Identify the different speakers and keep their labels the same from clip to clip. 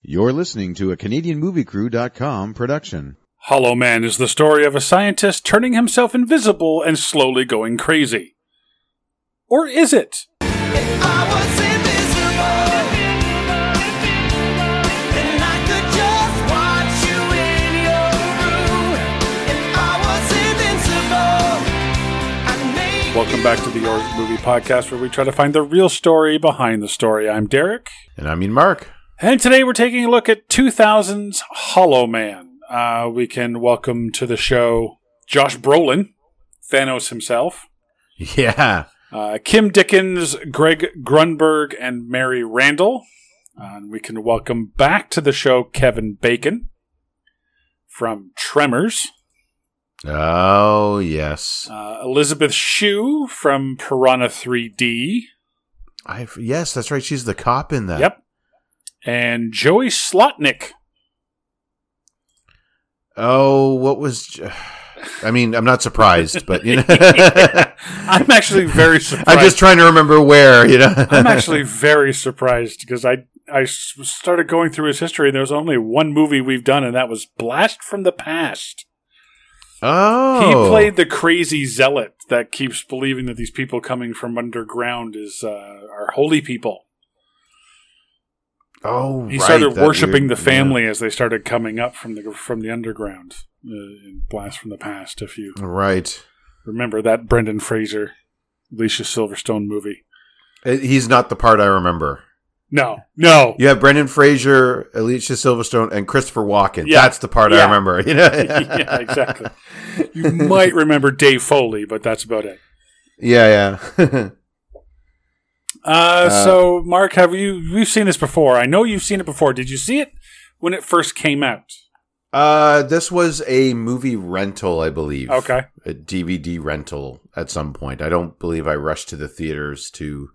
Speaker 1: You're listening to a CanadianMovieCrew.com production.
Speaker 2: Hollow Man is the story of a scientist turning himself invisible and slowly going crazy. Or is it?
Speaker 3: I was invisible, and I could just watch you in your room. And I was invincible. I made
Speaker 2: Welcome back to the Yours Movie Podcast, where we try to find the real story behind the story. I'm Derek,
Speaker 4: And I mean Mark.
Speaker 2: and today we're taking a look at 2000's Hollow Man. Uh, we can welcome to the show Josh Brolin, Thanos himself,
Speaker 4: Yeah.
Speaker 2: uh, Kim Dickens, Greg Grunberg, and Mary Randall. Uh, and we can welcome back to the show Kevin Bacon from Tremors.
Speaker 4: Oh, yes.
Speaker 2: Uh, Elizabeth Shue from Piranha 3D.
Speaker 4: I yes, that's right. She's the cop in that.
Speaker 2: Yep. And Joey Slotnick.
Speaker 4: Oh, what was j- I mean, I'm not surprised, but you know I'm
Speaker 2: I'm actually very surprised.
Speaker 4: just trying to remember where, you know.
Speaker 2: I'm actually very surprised because I I s- started going through his history and there's only one movie we've done and that was Blast from the Past.
Speaker 4: Oh.
Speaker 2: He played the crazy zealot that keeps believing that these people coming from underground is uh, are holy people.
Speaker 4: Oh,
Speaker 2: He
Speaker 4: right,
Speaker 2: started
Speaker 4: that
Speaker 2: worshiping
Speaker 4: weird-
Speaker 2: the family as they started coming up from the from the underground uh, in Blast from the Past. If you
Speaker 4: yeah. Right.
Speaker 2: remember that Brendan Fraser, Alicia Silverstone movie.
Speaker 4: Uh, He's not the part I remember.
Speaker 2: No, no,
Speaker 4: You have Brendan Fraser, Alicia Silverstone, and Christopher Walken.
Speaker 2: Yeah.
Speaker 4: That's the part I
Speaker 2: Yeah.
Speaker 4: remember. You know?
Speaker 2: Yeah, exactly. you might remember Dave Foley, but that's about it.
Speaker 4: Yeah, yeah.
Speaker 2: Uh, so, Mark, have you you've seen this before? I know you've seen it before. Did you see it when it first came out?
Speaker 4: Uh, this was a movie rental, I believe.
Speaker 2: Okay.
Speaker 4: A DVD rental at some point. I don't believe I rushed to the theaters to.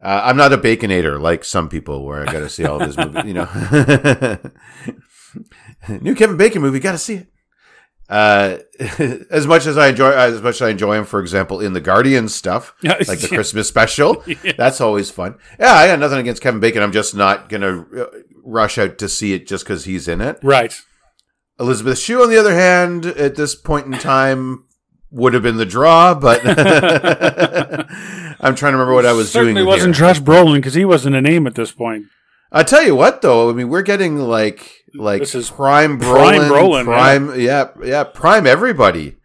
Speaker 4: Uh, I'm not a baconator like some people, where I got to see all this movie. You know, new Kevin Bacon movie, got to see it. Uh, as much as I enjoy, as much as I enjoy him, for example, in the Guardian stuff,
Speaker 2: Yeah,
Speaker 4: like the
Speaker 2: yeah.
Speaker 4: Christmas special, that's always fun. Yeah, I got nothing against Kevin Bacon. I'm just not gonna uh, rush out to see it just because he's in it.
Speaker 2: Right.
Speaker 4: Elizabeth Shue, on the other hand, at this point in time, would have been the draw, but I'm trying to remember what I was
Speaker 2: Certainly
Speaker 4: doing.
Speaker 2: wasn't
Speaker 4: here.
Speaker 2: Josh Brolin because he wasn't a name at this point.
Speaker 4: I tell you what, though, I mean, we're getting like like
Speaker 2: This is
Speaker 4: prime
Speaker 2: prime
Speaker 4: Brolin,
Speaker 2: Brolin,
Speaker 4: prime, yeah. yeah, prime everybody.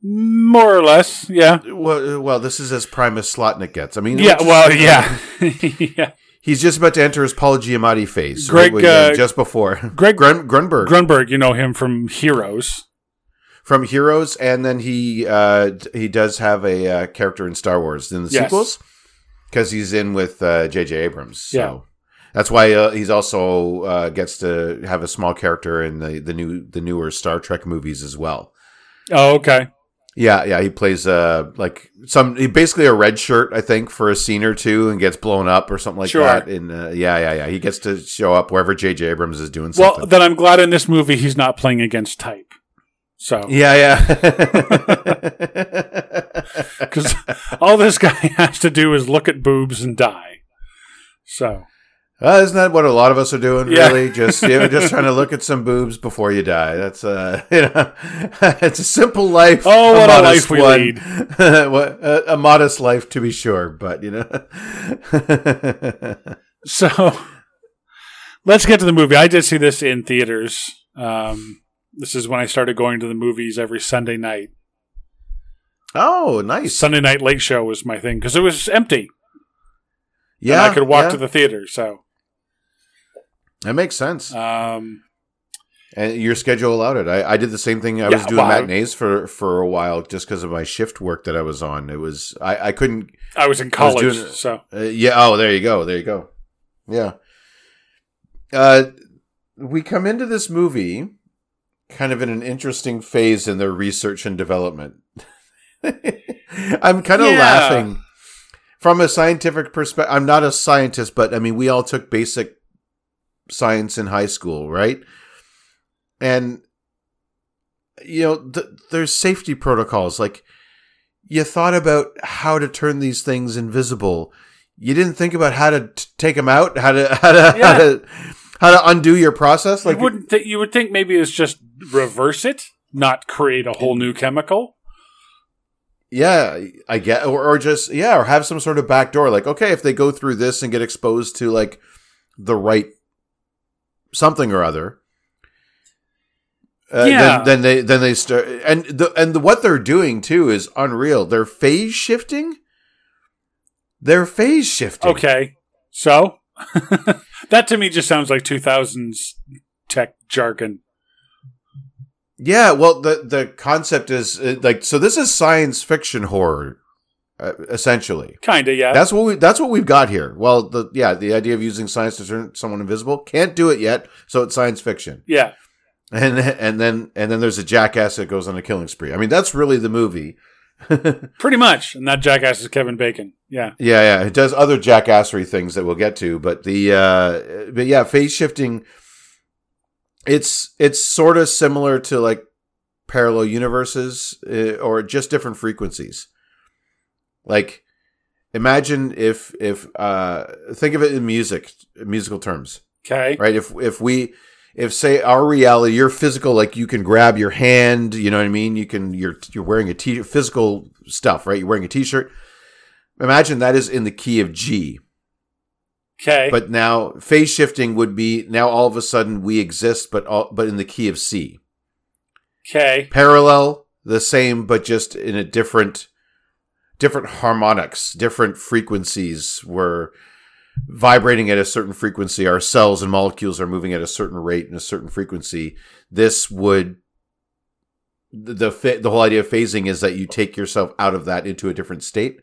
Speaker 2: More or less, yeah.
Speaker 4: Well, well, this is as prime as Slotnick gets. I mean,
Speaker 2: Yeah,
Speaker 4: it's-
Speaker 2: well, yeah. yeah.
Speaker 4: he's just about to enter his Paul Giamatti phase.
Speaker 2: Greg,
Speaker 4: we- uh,
Speaker 2: uh,
Speaker 4: just before
Speaker 2: Greg-
Speaker 4: Grun- Grunberg
Speaker 2: Grunberg, you know him from Heroes.
Speaker 4: from Heroes, and then he uh, d- he does have a uh, character in Star Wars in the
Speaker 2: Yes.
Speaker 4: sequels because he's in with uh, J.J. Abrams. So that's why uh, he's also uh, gets to have a small character in the, the new the newer Star Trek movies as well.
Speaker 2: Oh, okay.
Speaker 4: Yeah, yeah, he plays uh like some he basically a red shirt I think for a scene or two and gets blown up or something like
Speaker 2: Sure.
Speaker 4: that. And uh, yeah, yeah, yeah, he gets to show up wherever J.J. Abrams is doing
Speaker 2: Well,
Speaker 4: something.
Speaker 2: then I'm glad in this movie he's not playing against type. So,
Speaker 4: yeah, yeah.
Speaker 2: because all this guy has to do is look at boobs and die. So,
Speaker 4: Uh, isn't that what a lot of us are doing?
Speaker 2: Yeah.
Speaker 4: Really, just you know, just trying to look at some boobs before you die. That's uh, you know, it's a simple life.
Speaker 2: Oh, what a
Speaker 4: modest
Speaker 2: life we
Speaker 4: one.
Speaker 2: lead.
Speaker 4: What- uh, a, a modest life to be sure, but you know,
Speaker 2: so let's get to the movie. I did see this in theaters. Um, this is when I started going to the movies every Sunday night.
Speaker 4: oh, nice.
Speaker 2: Sunday night late show was my thing because it was empty.
Speaker 4: Yeah,
Speaker 2: and I could walk
Speaker 4: yeah.
Speaker 2: to the theater. So,
Speaker 4: That makes sense.
Speaker 2: um,
Speaker 4: and your schedule allowed it. I, I did the same thing. I
Speaker 2: Yeah,
Speaker 4: was doing
Speaker 2: well, I-
Speaker 4: matinees for for a while just because of my shift work that I was on. It was I, I couldn't
Speaker 2: I was
Speaker 4: I
Speaker 2: in
Speaker 4: was
Speaker 2: college.
Speaker 4: doing it.
Speaker 2: so,
Speaker 4: Uh, yeah. Oh, there you go. There you go. Yeah. Uh, we come into this movie kind of in an interesting phase in their research and development. I'm kind of
Speaker 2: Yeah.
Speaker 4: laughing from a scientific perspective. I'm not a scientist, but I mean, we all took basic science in high school, right? And you know, th- there's safety protocols. Like you thought about how to turn these things invisible you didn't think about how to t- take them out, how to how to how
Speaker 2: Yeah.
Speaker 4: to how to undo your process. Like
Speaker 2: you wouldn't thi- you would think maybe it's just reverse it, not create a whole new chemical.
Speaker 4: yeah, I get, or, or just yeah, or have some sort of back door. Like okay, if they go through this and get exposed to like the right something or other. Uh,
Speaker 2: Yeah.
Speaker 4: then, then they then they start and the and the, what they're doing too is unreal. They're phase shifting. They're phase shifting.
Speaker 2: Okay, so that to me just sounds like two thousands tech jargon.
Speaker 4: Yeah, well, the the concept is uh, like so. This is science fiction horror, uh, essentially.
Speaker 2: Kinda, yeah.
Speaker 4: That's what we that's what we've got here. Well, the yeah, the idea of using science to turn someone invisible can't do it yet, so it's science fiction.
Speaker 2: yeah,
Speaker 4: And and then and then there's a jackass that goes on a killing spree. I mean, that's really the movie.
Speaker 2: pretty much. And that jackass is Kevin Bacon. Yeah,
Speaker 4: Yeah, yeah. It does other jackassery things that we'll get to, but the uh but yeah, phase shifting it's it's sort of similar to like parallel universes uh, or just different frequencies. Like imagine if if uh think of it in music musical terms,
Speaker 2: okay.
Speaker 4: right? If if we if say our reality, your physical, like you can grab your hand, you know what I mean. You can you're you're wearing a t physical stuff, right? You're wearing a t-shirt. Imagine that is in the key of G,
Speaker 2: Okay.
Speaker 4: but now phase shifting would be now all of a sudden we exist, but all but in the key of C.
Speaker 2: okay.
Speaker 4: Parallel, the same, but just in a different different harmonics, different frequencies. We're vibrating at a certain frequency. Our cells and molecules are moving at a certain rate and a certain frequency. This would the the fa- the whole idea of phasing is that you take yourself out of that into a different state,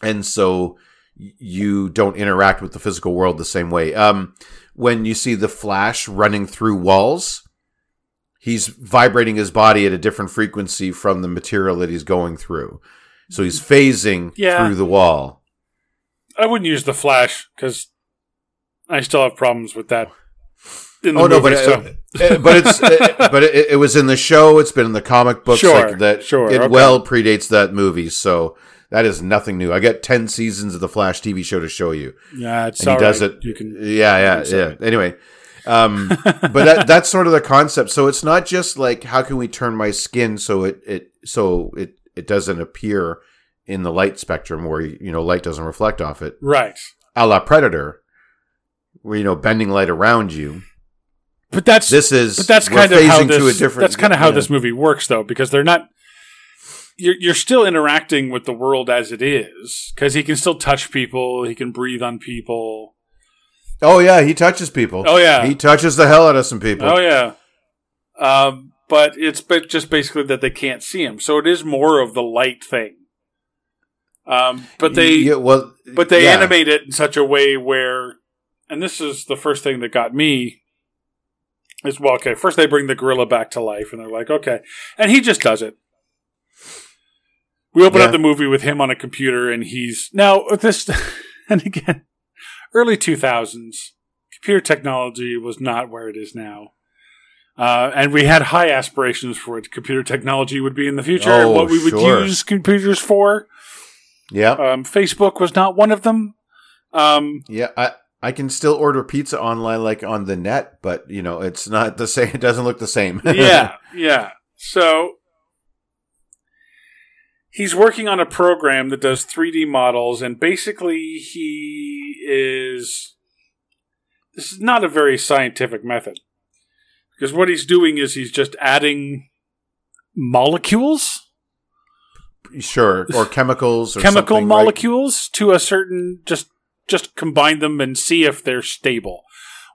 Speaker 4: and so y- you don't interact with the physical world the same way. Um, when you see the Flash running through walls, he's vibrating his body at a different frequency from the material that he's going through, so he's phasing
Speaker 2: Yeah.
Speaker 4: through the wall.
Speaker 2: I wouldn't use the Flash because I still have problems with that. In the
Speaker 4: oh no, but
Speaker 2: movie, so-
Speaker 4: it- it- but it's it, but it, it was in the show. It's been in the comic books.
Speaker 2: Sure,
Speaker 4: like that
Speaker 2: sure,
Speaker 4: It
Speaker 2: okay.
Speaker 4: well predates that movie, so that is nothing new. I got ten seasons of the Flash TV show to show you,
Speaker 2: yeah, it's
Speaker 4: and he
Speaker 2: all
Speaker 4: does
Speaker 2: right.
Speaker 4: it.
Speaker 2: You can.
Speaker 4: yeah, yeah,
Speaker 2: do
Speaker 4: yeah.
Speaker 2: something.
Speaker 4: Anyway, um, but that that's sort of the concept. So it's not just like how can we turn my skin so it it so it it doesn't appear in the light spectrum where you know light doesn't reflect off it
Speaker 2: Right.
Speaker 4: a la predator where you know bending light around you
Speaker 2: But that's
Speaker 4: this is
Speaker 2: but that's
Speaker 4: we're
Speaker 2: kind of how
Speaker 4: phasing
Speaker 2: this,
Speaker 4: to a different
Speaker 2: that's kind of how
Speaker 4: yeah.
Speaker 2: this movie works though because they're not you're, you're still interacting with the world as it is because he can still touch people he can breathe on people
Speaker 4: oh yeah he touches people
Speaker 2: oh yeah
Speaker 4: he touches the hell out of some people
Speaker 2: oh yeah um, but it's ba- just basically that they can't see him so it is more of the light thing um, but they
Speaker 4: Yeah, well
Speaker 2: but they
Speaker 4: yeah.
Speaker 2: animate it in such a way where and this is the first thing that got me is well okay first they bring the gorilla back to life and they're like okay and he just does it we open
Speaker 4: Yeah.
Speaker 2: up the movie with him on a computer and he's now with this and again early 2000s computer technology was not where it is now uh, and we had high aspirations for what computer technology would be in the future
Speaker 4: Oh,
Speaker 2: and what we would
Speaker 4: sure.
Speaker 2: use computers for
Speaker 4: yeah
Speaker 2: um, Facebook was not one of them. Um,
Speaker 4: yeah i I can still order pizza online, like on the net, but you know it's not the same. It doesn't look the same.
Speaker 2: yeah, yeah. So he's working on a program that does 3D models, and basically he is. This is not a very scientific method. Because what he's doing is he's just adding molecules,
Speaker 4: sure. Or chemicals, or
Speaker 2: chemical
Speaker 4: something, right?
Speaker 2: molecules to a certain just just combine them and see if they're stable.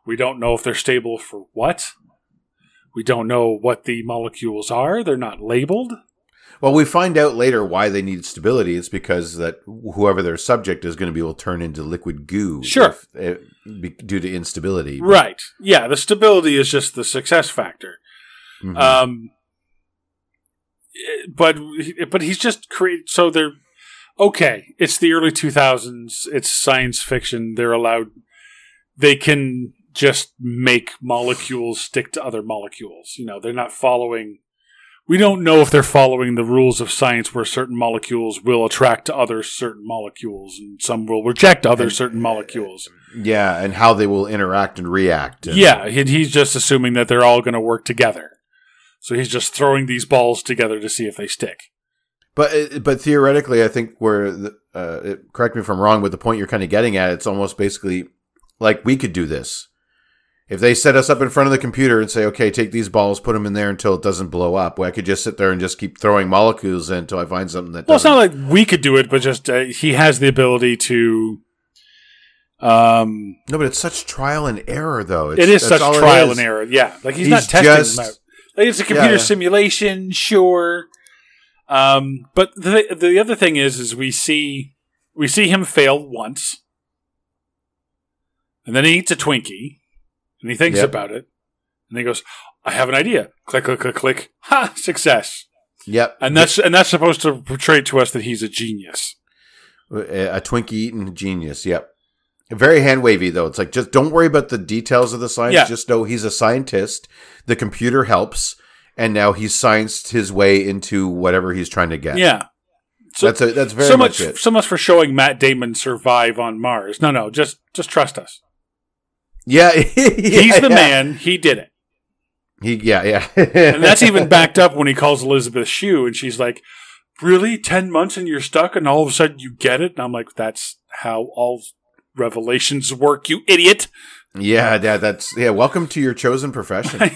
Speaker 2: We don't know if they're stable for what. We don't know what the molecules are. They're not labeled.
Speaker 4: Well, we find out later why they need stability. It's because that whoever their subject is going to be will turn into liquid goo,
Speaker 2: Sure.
Speaker 4: if- if- be- due to instability.
Speaker 2: Right. Yeah, the stability is just the success factor.
Speaker 4: Mhm.
Speaker 2: Um, but but he's just create so they're okay. It's the early two thousands. It's science fiction. They're allowed. They can just make molecules stick to other molecules. You know, they're not following. we don't know if they're following the rules of science where certain molecules will attract other certain molecules and some will reject other certain molecules.
Speaker 4: Yeah, and how they will interact and react. and-
Speaker 2: Yeah, and he's just assuming that they're all going to work together. So he's just throwing these balls together to see if they stick.
Speaker 4: But uh, but theoretically, I think where the, uh, it, correct me if I'm wrong, but the point you're kind of getting at, it's almost basically like we could do this. If they set us up in front of the computer and say, "Okay, take these balls, put them in there until it doesn't blow up," well, I could just sit there and just keep throwing molecules in until I find something that.
Speaker 2: Well, it's
Speaker 4: doesn't-
Speaker 2: not like we could do it, but just uh, he has the ability to. Um,
Speaker 4: no, but it's such trial and error, though. It's,
Speaker 2: it is
Speaker 4: that's
Speaker 2: such
Speaker 4: all it
Speaker 2: trial
Speaker 4: is.
Speaker 2: and error. Yeah, like he's,
Speaker 4: He's
Speaker 2: not testing
Speaker 4: just-
Speaker 2: them out. Like it's a computer
Speaker 4: Yeah.
Speaker 2: simulation, sure. Um, but the the other thing is, is we see we see him fail once, and then he eats a Twinkie, and he thinks
Speaker 4: Yep.
Speaker 2: about it, and he goes, "I have an idea." Click, click, click, click. Ha! Success.
Speaker 4: Yep,
Speaker 2: And that's and that's supposed to portray to us that he's a genius.
Speaker 4: a a Twinkie eating genius. Yep. Very hand wavy though. It's like just don't worry about the details of the science.
Speaker 2: Yeah.
Speaker 4: Just know he's a scientist. The computer helps, and now he's scienced his way into whatever he's trying to get.
Speaker 2: Yeah. So-
Speaker 4: that's a, that's very
Speaker 2: so
Speaker 4: much,
Speaker 2: much,
Speaker 4: it.
Speaker 2: so much for showing Matt Damon survive on Mars. No, no, just just trust us.
Speaker 4: Yeah,
Speaker 2: He's
Speaker 4: he's
Speaker 2: the man. He did it.
Speaker 4: He yeah yeah.
Speaker 2: And that's even backed up when he calls Elizabeth Shue and she's like, Really? 10 months and you're stuck and all of a sudden you get it? And I'm like, That's how all revelations work, you idiot.
Speaker 4: yeah yeah that's yeah. Welcome to your chosen profession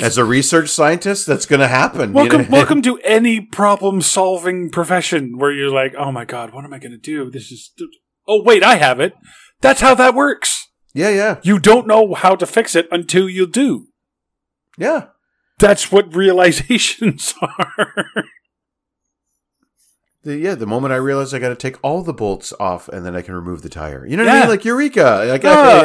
Speaker 4: as a research scientist. That's gonna happen. you
Speaker 2: welcome,
Speaker 4: know?
Speaker 2: welcome to any problem solving profession where you're like, Oh my God, what am I going to do? This is. Oh, wait, I have it. That's how that works.
Speaker 4: Yeah yeah
Speaker 2: You don't know how to fix it until you do.
Speaker 4: yeah.
Speaker 2: That's what realizations are.
Speaker 4: The, yeah, the moment I realized I got to take all the bolts off and then I can remove the tire. You know what I
Speaker 2: Yeah.
Speaker 4: mean? Like Eureka! Like,
Speaker 2: oh,
Speaker 4: you know?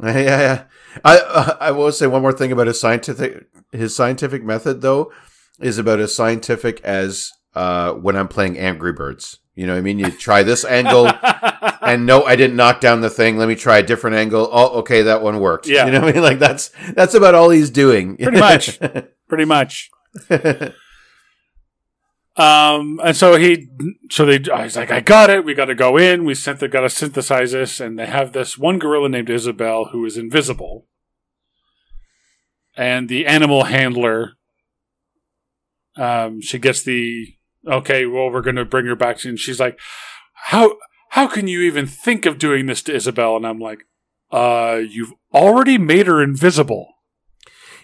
Speaker 2: hey.
Speaker 4: Yeah, yeah, yeah. I uh, I will say one more thing about his scientific his scientific method though is about as scientific as uh, when I'm playing Angry Birds. You know what I mean? You try this angle, and no, I didn't knock down the thing. Let me try a different angle. Oh, okay, that one worked.
Speaker 2: Yeah.
Speaker 4: you know what I mean? Like that's that's about all he's doing.
Speaker 2: Pretty much. Pretty much. Um, and so he, so they, I was like, I got it. We got to go in. We sent, got to synthesize this. And they have this one gorilla named Isabel who is invisible. And the animal handler, um, she gets the, okay, well, we're going to bring her back. And she's like, how, how can you even think of doing this to Isabel? And I'm like, uh, you've already made her invisible.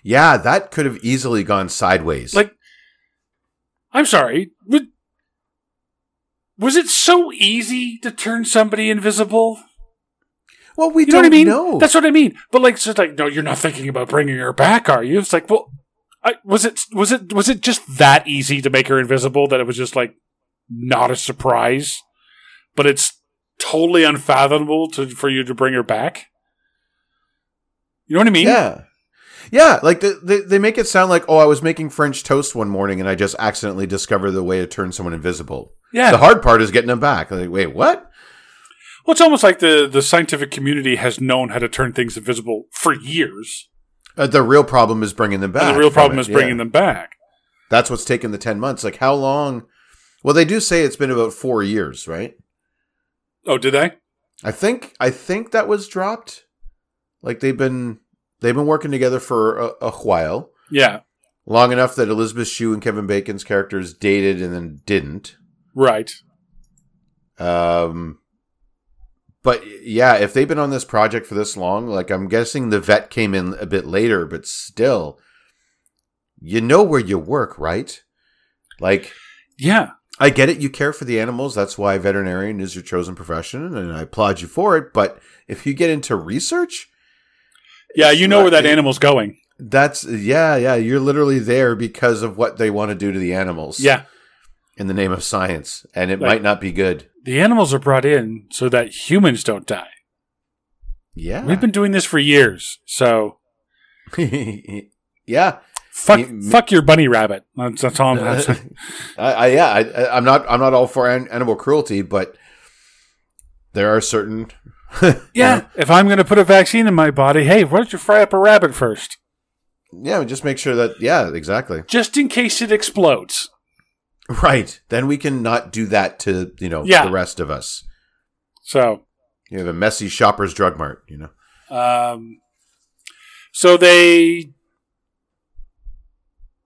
Speaker 4: yeah, that could have easily gone sideways.
Speaker 2: Like- I'm sorry. Would, was it so easy to turn somebody invisible?
Speaker 4: well, we
Speaker 2: You know
Speaker 4: don't
Speaker 2: what I mean?
Speaker 4: know.
Speaker 2: That's what I mean. But like, it's just like, no, you're not thinking about bringing her back, are you? It's like, well, I, was it was it was it just that easy to make her invisible that it was just like not a surprise? But it's totally unfathomable to for you to bring her back. You know what I mean?
Speaker 4: Yeah. Yeah, like the, they, they make it sound like, oh, I was making French toast one morning and I just accidentally discovered the way to turn someone invisible.
Speaker 2: Yeah.
Speaker 4: The hard part is getting them back. Like, wait, what?
Speaker 2: well, it's almost like the the scientific community has known how to turn things invisible for years.
Speaker 4: Uh, the real problem is bringing them back.
Speaker 2: and the real
Speaker 4: from
Speaker 2: problem
Speaker 4: it,
Speaker 2: is bringing
Speaker 4: yeah.
Speaker 2: them back.
Speaker 4: That's what's taken the 10 months. Like, how long? Well, they do say it's been about four years, right?
Speaker 2: Oh, did they?
Speaker 4: I think I think that was dropped. Like they've been they've been working together for a, a while,
Speaker 2: Yeah.
Speaker 4: long enough that Elizabeth Shue and Kevin Bacon's characters dated and then didn't.
Speaker 2: Right.
Speaker 4: Um, but yeah, if they've been on this project for this long, like I'm guessing the vet came in a bit later, but still, you know where you work, right? Like,
Speaker 2: Yeah.
Speaker 4: I get it. You care for the animals. That's why veterinarian is your chosen profession, and I applaud you for it. But if you get into research,
Speaker 2: Yeah, you know where that
Speaker 4: Right.
Speaker 2: animal's going.
Speaker 4: that's yeah, yeah. You're literally there because of what they want to do to the animals.
Speaker 2: Yeah.
Speaker 4: in the name of science, and it
Speaker 2: Right.
Speaker 4: might not be good.
Speaker 2: The animals are brought in so that humans don't die.
Speaker 4: Yeah,
Speaker 2: We've been doing this for years. So
Speaker 4: yeah.
Speaker 2: fuck
Speaker 4: You-
Speaker 2: fuck your bunny rabbit. That's, that's all I'm that's,
Speaker 4: I, I, yeah, I- I, I'm not. I'm not all for an, animal cruelty, but there are certain.
Speaker 2: Yeah. If I'm gonna put a vaccine in my body, hey, why don't you fry up a rabbit first?
Speaker 4: Yeah, just make sure that yeah, exactly.
Speaker 2: just in case it explodes.
Speaker 4: Right. Then we can not do that to, you know,
Speaker 2: Yeah.
Speaker 4: the rest of us.
Speaker 2: So,
Speaker 4: You have a messy shopper's drug mart, you know.
Speaker 2: um, so they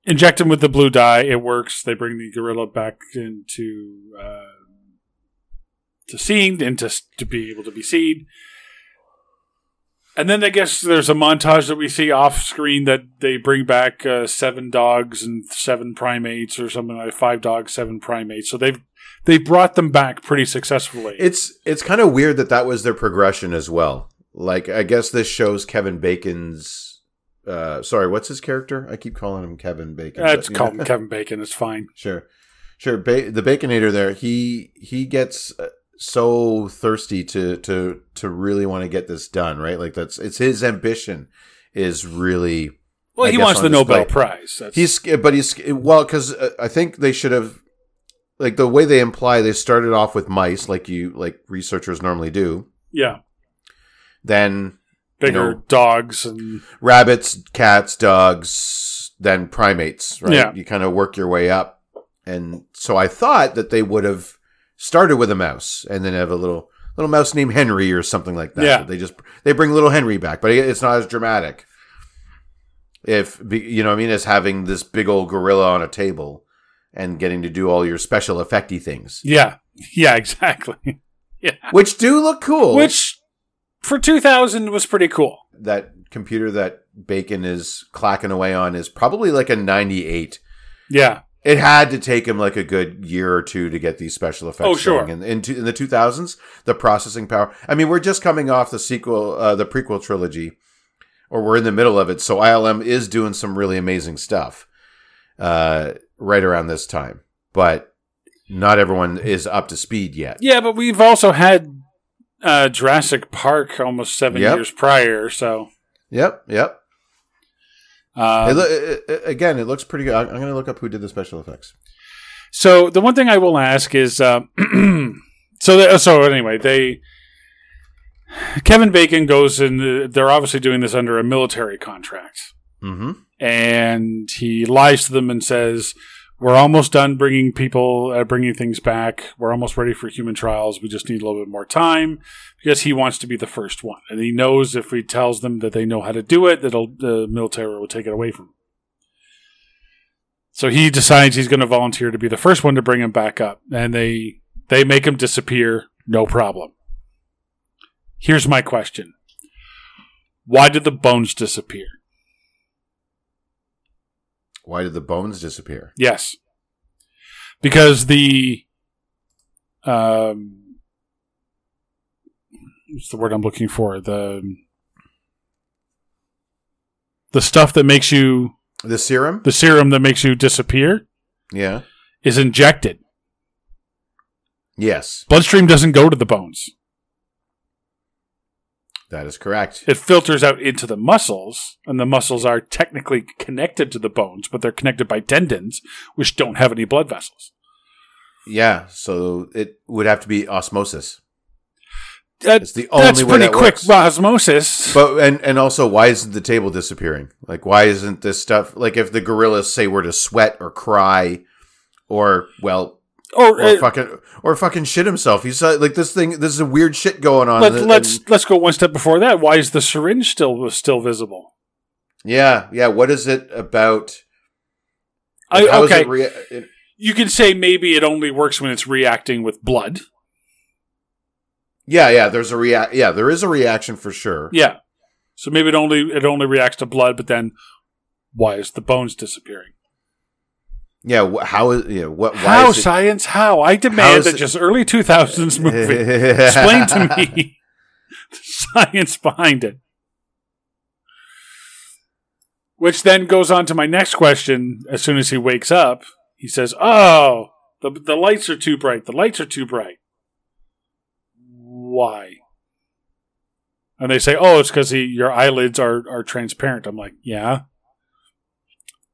Speaker 2: inject him with the blue dye. It works. They bring the gorilla back into uh, to seed and to to be able to be seed. And then I guess there's a montage that we see off screen that they bring back uh, seven dogs and seven primates or something like five dogs, seven primates. So they've they brought them back pretty successfully.
Speaker 4: It's it's kind of weird that that was their progression as well. Like I guess this shows Kevin Bacon's uh sorry, what's his character? I keep calling him Kevin Bacon.
Speaker 2: Uh,
Speaker 4: but,
Speaker 2: it's
Speaker 4: you know.
Speaker 2: called Kevin Bacon. It's fine.
Speaker 4: Sure, sure. Ba- the Baconator there, he he gets uh, so thirsty to to to really want to get this done, right? Like that's it's his ambition is really
Speaker 2: Well,
Speaker 4: I
Speaker 2: he
Speaker 4: guess
Speaker 2: wants
Speaker 4: on
Speaker 2: the
Speaker 4: display.
Speaker 2: Nobel Prize. That's,
Speaker 4: he's sca- but he's sca- well because I think they should have like the way they imply they started off with mice, like you like researchers normally do,
Speaker 2: yeah,
Speaker 4: then
Speaker 2: bigger
Speaker 4: know.
Speaker 2: dogs and
Speaker 4: rabbits, cats, dogs, then primates, right?
Speaker 2: Yeah.
Speaker 4: You kind of work your way up. And so I thought that they would have started with a mouse and then have a little little mouse named Henry or something like that.
Speaker 2: Yeah.
Speaker 4: But They just they bring little Henry back, but it- it's not as dramatic. If be- you know what I mean as having this big old gorilla on a table and getting to do all your special effecty things,
Speaker 2: yeah, yeah, exactly.
Speaker 4: which do look cool.
Speaker 2: Which for 2000 was pretty cool.
Speaker 4: that computer that Bacon is clacking away on is probably like a 98
Speaker 2: Yeah,
Speaker 4: it had to take him like a good year or two to get these special effects.
Speaker 2: Oh, sure.
Speaker 4: going. In, in, two- in the 2000s, the processing power. I mean, we're just coming off the sequel, uh, the prequel trilogy, or we're in the middle of it. So ILM is doing some really amazing stuff uh, right around this time, but not everyone is up to speed yet.
Speaker 2: yeah, but we've also had uh, Jurassic Park almost seven
Speaker 4: Yep.
Speaker 2: years prior. So
Speaker 4: Yep, yep.
Speaker 2: um,
Speaker 4: It loo- it- it- again, it looks pretty good. I'm going to look up who did the special effects.
Speaker 2: So the one thing I will ask is, uh, so the, so anyway, they Kevin Bacon goes and uh, they're obviously doing this under a military contract,
Speaker 4: Mm-hmm.
Speaker 2: and he lies to them and says, "We're almost done bringing people, uh, bringing things back. We're almost ready for human trials. We just need a little bit more time." Because he wants to be the first one, and he knows if he tells them that they know how to do it, that the military will take it away from him. So he decides he's going to volunteer to be the first one to bring him back up, and they they make him disappear, no problem. Here's my question: Why did the bones disappear?
Speaker 4: Why did the bones disappear?
Speaker 2: Yes, because the um, what's the word I'm looking for the the stuff that makes you
Speaker 4: The serum?
Speaker 2: the serum that makes you disappear
Speaker 4: yeah.
Speaker 2: is injected.
Speaker 4: Yes,
Speaker 2: Bloodstream doesn't go to the bones.
Speaker 4: that is correct.
Speaker 2: it filters out into the muscles, and the muscles are technically connected to the bones, but they're connected by tendons, which don't have any blood vessels.
Speaker 4: Yeah, so it would have to be osmosis.
Speaker 2: That-
Speaker 4: It's the only
Speaker 2: that's
Speaker 4: way
Speaker 2: pretty
Speaker 4: that
Speaker 2: quick
Speaker 4: works.
Speaker 2: osmosis.
Speaker 4: But and and also, why isn't the table disappearing? Like, why isn't this stuff like if the gorillas say were to sweat or cry, or well,
Speaker 2: or
Speaker 4: or
Speaker 2: uh,
Speaker 4: fucking or fucking shit himself? He's uh, like this thing. This is a weird shit going on.
Speaker 2: let,
Speaker 4: and-
Speaker 2: let's
Speaker 4: and-
Speaker 2: let's go one step before that. Why is the syringe still still visible?
Speaker 4: yeah, yeah. What is it about?
Speaker 2: I,
Speaker 4: like, how is
Speaker 2: okay,
Speaker 4: it rea- it-
Speaker 2: you can say maybe it only works when it's reacting with blood.
Speaker 4: yeah, yeah. There's a react. Yeah, there is a reaction for sure.
Speaker 2: Yeah, so maybe it only it only reacts to blood. But then, why is the bones disappearing?
Speaker 4: Yeah. wh- How is? Yeah. What? Why
Speaker 2: how
Speaker 4: is it-
Speaker 2: science? How I
Speaker 4: How
Speaker 2: demand
Speaker 4: is
Speaker 2: that
Speaker 4: it-
Speaker 2: just early two thousands movie. explain to me the science behind it. Which then goes on to my next question. As soon as he wakes up, he says, Oh, the, the lights are too bright. The lights are too bright. Why? And they say, Oh, it's because your eyelids are, are transparent. I'm like, Yeah.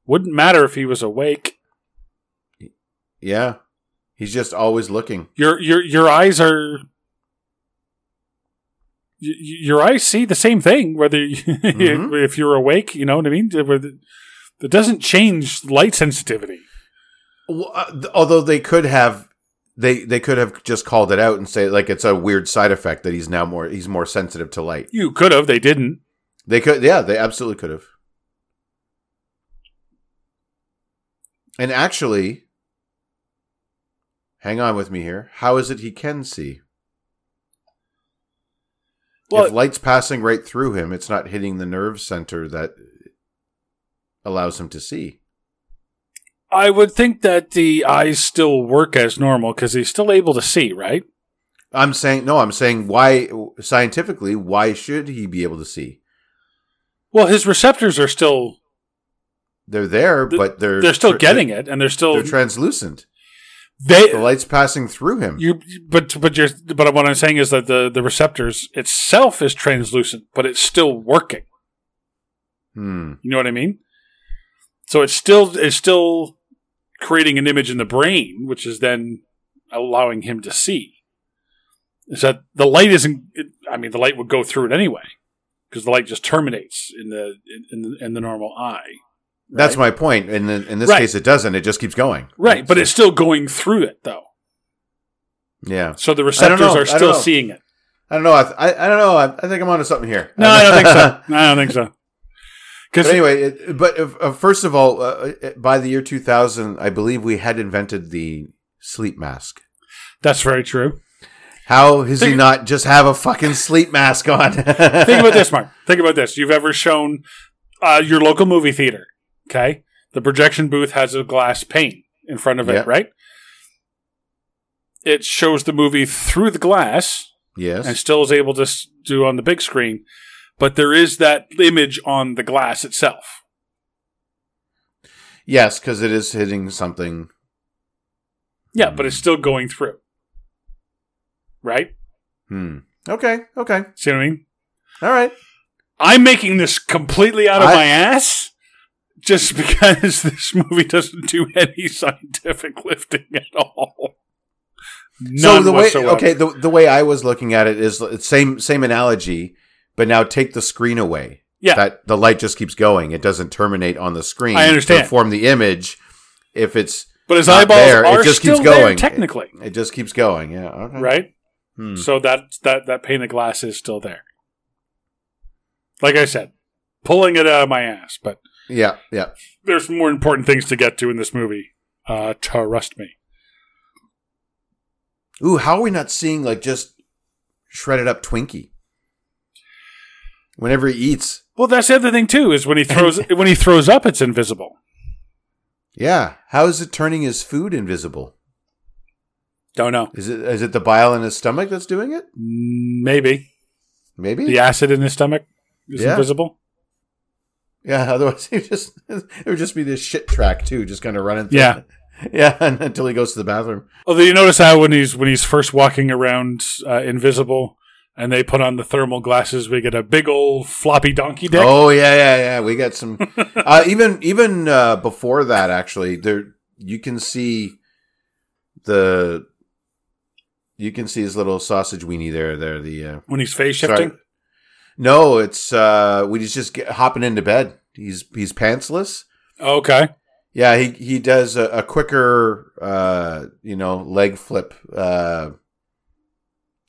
Speaker 2: Wouldn't matter if he was awake.
Speaker 4: Yeah. He's just always looking.
Speaker 2: Your your your eyes are y- your eyes see the same thing whether you,
Speaker 4: Mhm.
Speaker 2: if you're awake you know what i mean Whether- it doesn't change light sensitivity
Speaker 4: Well, uh, th- although they could have they they could have just called it out and say like it's a weird side effect that he's now more he's more sensitive to light.
Speaker 2: you could have they didn't
Speaker 4: They could yeah, they absolutely could have. And actually hang on with me here. How is it he can see?
Speaker 2: well
Speaker 4: if light's passing right through him, it's not hitting the nerve center that allows him to see.
Speaker 2: i would think that the eyes still work as normal because he's still able to see right
Speaker 4: I'm saying no, I'm saying why scientifically why should he be able to see?
Speaker 2: well his receptors are still
Speaker 4: They're there,
Speaker 2: Th-
Speaker 4: but they're
Speaker 2: they're still
Speaker 4: tr-
Speaker 2: getting it and they're still
Speaker 4: They're translucent.
Speaker 2: they
Speaker 4: The light's passing through him.
Speaker 2: you but but you're but what i'm saying is that the the receptors itself is translucent but it's still working
Speaker 4: Hmm.
Speaker 2: You know what I mean? So it's still it's still creating an image in the brain, which is then allowing him to see. Is that the light isn't? It, I mean, the light would go through it anyway because the light just terminates in the in the, in the normal eye,
Speaker 4: That's my point. And in, in this
Speaker 2: Right.
Speaker 4: case, it doesn't. It just keeps going.
Speaker 2: right? But it's still going through it though,
Speaker 4: yeah.
Speaker 2: so the
Speaker 4: don't
Speaker 2: receptors
Speaker 4: know. I
Speaker 2: are
Speaker 4: don't
Speaker 2: still
Speaker 4: know.
Speaker 2: seeing it.
Speaker 4: I don't know. I, I, I don't know. I, I think I'm onto something here.
Speaker 2: No, I don't think so. I don't think so.
Speaker 4: but
Speaker 2: Because
Speaker 4: anyway, it, but if, uh, first of all, uh, uh, by the year 2000, I believe we had invented the sleep mask.
Speaker 2: that's very true.
Speaker 4: How does he
Speaker 2: Think-
Speaker 4: not just have a fucking sleep mask on? Think
Speaker 2: Think about this, Mark. Think about this. You've ever shown uh, your local movie theater, okay? The projection booth has a glass pane in front of it,
Speaker 4: Yeah.
Speaker 2: right? It shows the movie through the glass and
Speaker 4: Yes.
Speaker 2: still is able to s- do on the big screen, but there is that image on the glass itself.
Speaker 4: Yes, because it is hitting something.
Speaker 2: Yeah, but it's still going through. Right?
Speaker 4: Hmm. Okay. Okay.
Speaker 2: See what I mean?
Speaker 4: All right.
Speaker 2: I'm making this completely out of
Speaker 4: I-
Speaker 2: my ass just because this movie doesn't do any scientific lifting at all. None
Speaker 4: so the way
Speaker 2: whatsoever.
Speaker 4: okay the, the way i was looking at it is it's same same analogy but now take the screen away
Speaker 2: Yeah.
Speaker 4: that the light just keeps going it doesn't terminate on the screen
Speaker 2: I understand.
Speaker 4: to form the image if it's
Speaker 2: but his
Speaker 4: not
Speaker 2: eyeballs
Speaker 4: there, it
Speaker 2: are
Speaker 4: just
Speaker 2: still
Speaker 4: keeps
Speaker 2: there
Speaker 4: going.
Speaker 2: technically,
Speaker 4: it just keeps going yeah okay.
Speaker 2: right?
Speaker 4: Hmm.
Speaker 2: So that that that pane of glass is still there. Like I said, pulling it out of my ass, but
Speaker 4: yeah yeah
Speaker 2: there's more important things to get to in this movie. Uh, trust me.
Speaker 4: ooh how are we not seeing like just shredded up twinkie whenever he eats
Speaker 2: Well, that's the other thing too is when he throws when he throws up, it's invisible.
Speaker 4: yeah how is it turning his food invisible
Speaker 2: Don't know.
Speaker 4: is it is it the bile in his stomach that's doing it
Speaker 2: Maybe.
Speaker 4: maybe
Speaker 2: the acid in his stomach is
Speaker 4: Yeah.
Speaker 2: invisible.
Speaker 4: Yeah, otherwise he just it would just be this shit track too, just kind of running. Through
Speaker 2: Yeah.
Speaker 4: yeah, and until he goes to the bathroom.
Speaker 2: Although you notice how when he's when he's first walking around uh, invisible, and they put on the thermal glasses, we get a big old floppy donkey dick.
Speaker 4: Oh yeah, yeah, yeah. We got some. uh, even even uh, before that, actually, there you can see the you can see his little sausage weenie there. There, the uh,
Speaker 2: When he's phase
Speaker 4: sorry.
Speaker 2: shifting,
Speaker 4: No, it's uh, when he's just get, hopping into bed. He's he's pantsless.
Speaker 2: okay,
Speaker 4: Yeah, he he does a, a quicker, uh, you know, leg flip, uh,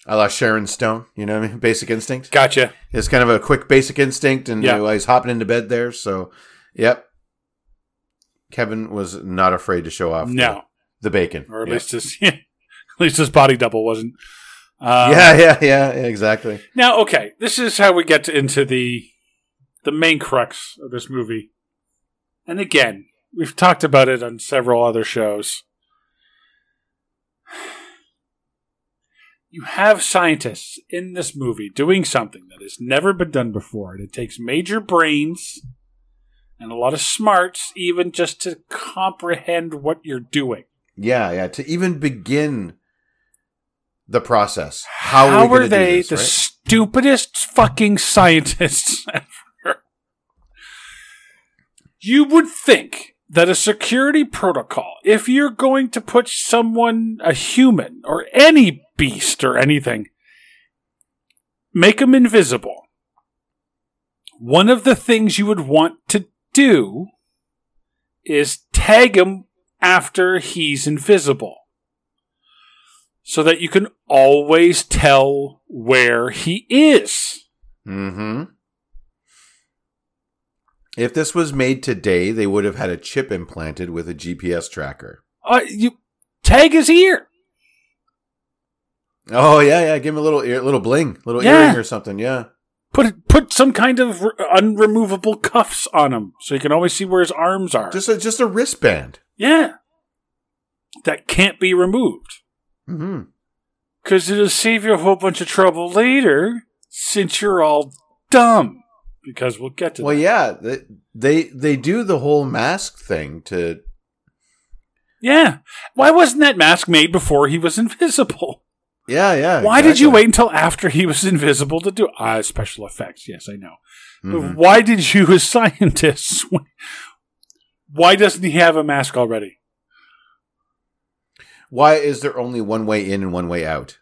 Speaker 4: a la Sharon Stone. You know what I mean? Basic Instinct.
Speaker 2: gotcha.
Speaker 4: It's kind of a quick Basic Instinct, and
Speaker 2: Yeah.
Speaker 4: uh, he's hopping into bed there. So, yep. Kevin was not afraid to show off
Speaker 2: No,
Speaker 4: the, the bacon,
Speaker 2: or at
Speaker 4: Yeah.
Speaker 2: least his at least his body double wasn't. Uh,
Speaker 4: yeah, yeah, yeah, exactly.
Speaker 2: Now, okay, this is how we get into the the main crux of this movie. And again, we've talked about it on several other shows. You have scientists in this movie doing something that has never been done before, and it takes major brains and a lot of smarts even just to comprehend what you're doing.
Speaker 4: Yeah, yeah. To even begin the process, how, are
Speaker 2: How
Speaker 4: we
Speaker 2: are
Speaker 4: gonna do
Speaker 2: they
Speaker 4: this,
Speaker 2: the
Speaker 4: right?
Speaker 2: stupidest fucking scientists ever? You would think that a security protocol, if you're going to put someone, a human or any beast or anything, make them invisible. One of the things you would want to do is tag him after he's invisible so that you can always tell where he is.
Speaker 4: Mm-hmm. If this was made today, they would have had a chip implanted with a GPS tracker.
Speaker 2: Uh, you tag his ear.
Speaker 4: Oh yeah, yeah. Give him a little ear, little bling, little
Speaker 2: Yeah.
Speaker 4: earring or something. Yeah.
Speaker 2: Put put some kind of r- unremovable cuffs on him so you can always see where his arms are.
Speaker 4: Just a just a wristband.
Speaker 2: yeah. That can't be removed.
Speaker 4: Mm-hmm.
Speaker 2: Because it'll save you a whole bunch of trouble later, since you're all dumb. Because we'll get to
Speaker 4: Well,
Speaker 2: that.
Speaker 4: yeah. They, they they do the whole mask thing to.
Speaker 2: Yeah. Why wasn't that mask made before he was invisible?
Speaker 4: Yeah, yeah.
Speaker 2: Why did you
Speaker 4: exactly.
Speaker 2: wait until after he was invisible to do Ah, special effects. Yes, I know.
Speaker 4: Mhm.
Speaker 2: But why did you, as scientists, why doesn't he have a mask already?
Speaker 4: Why is there only one way in and one way out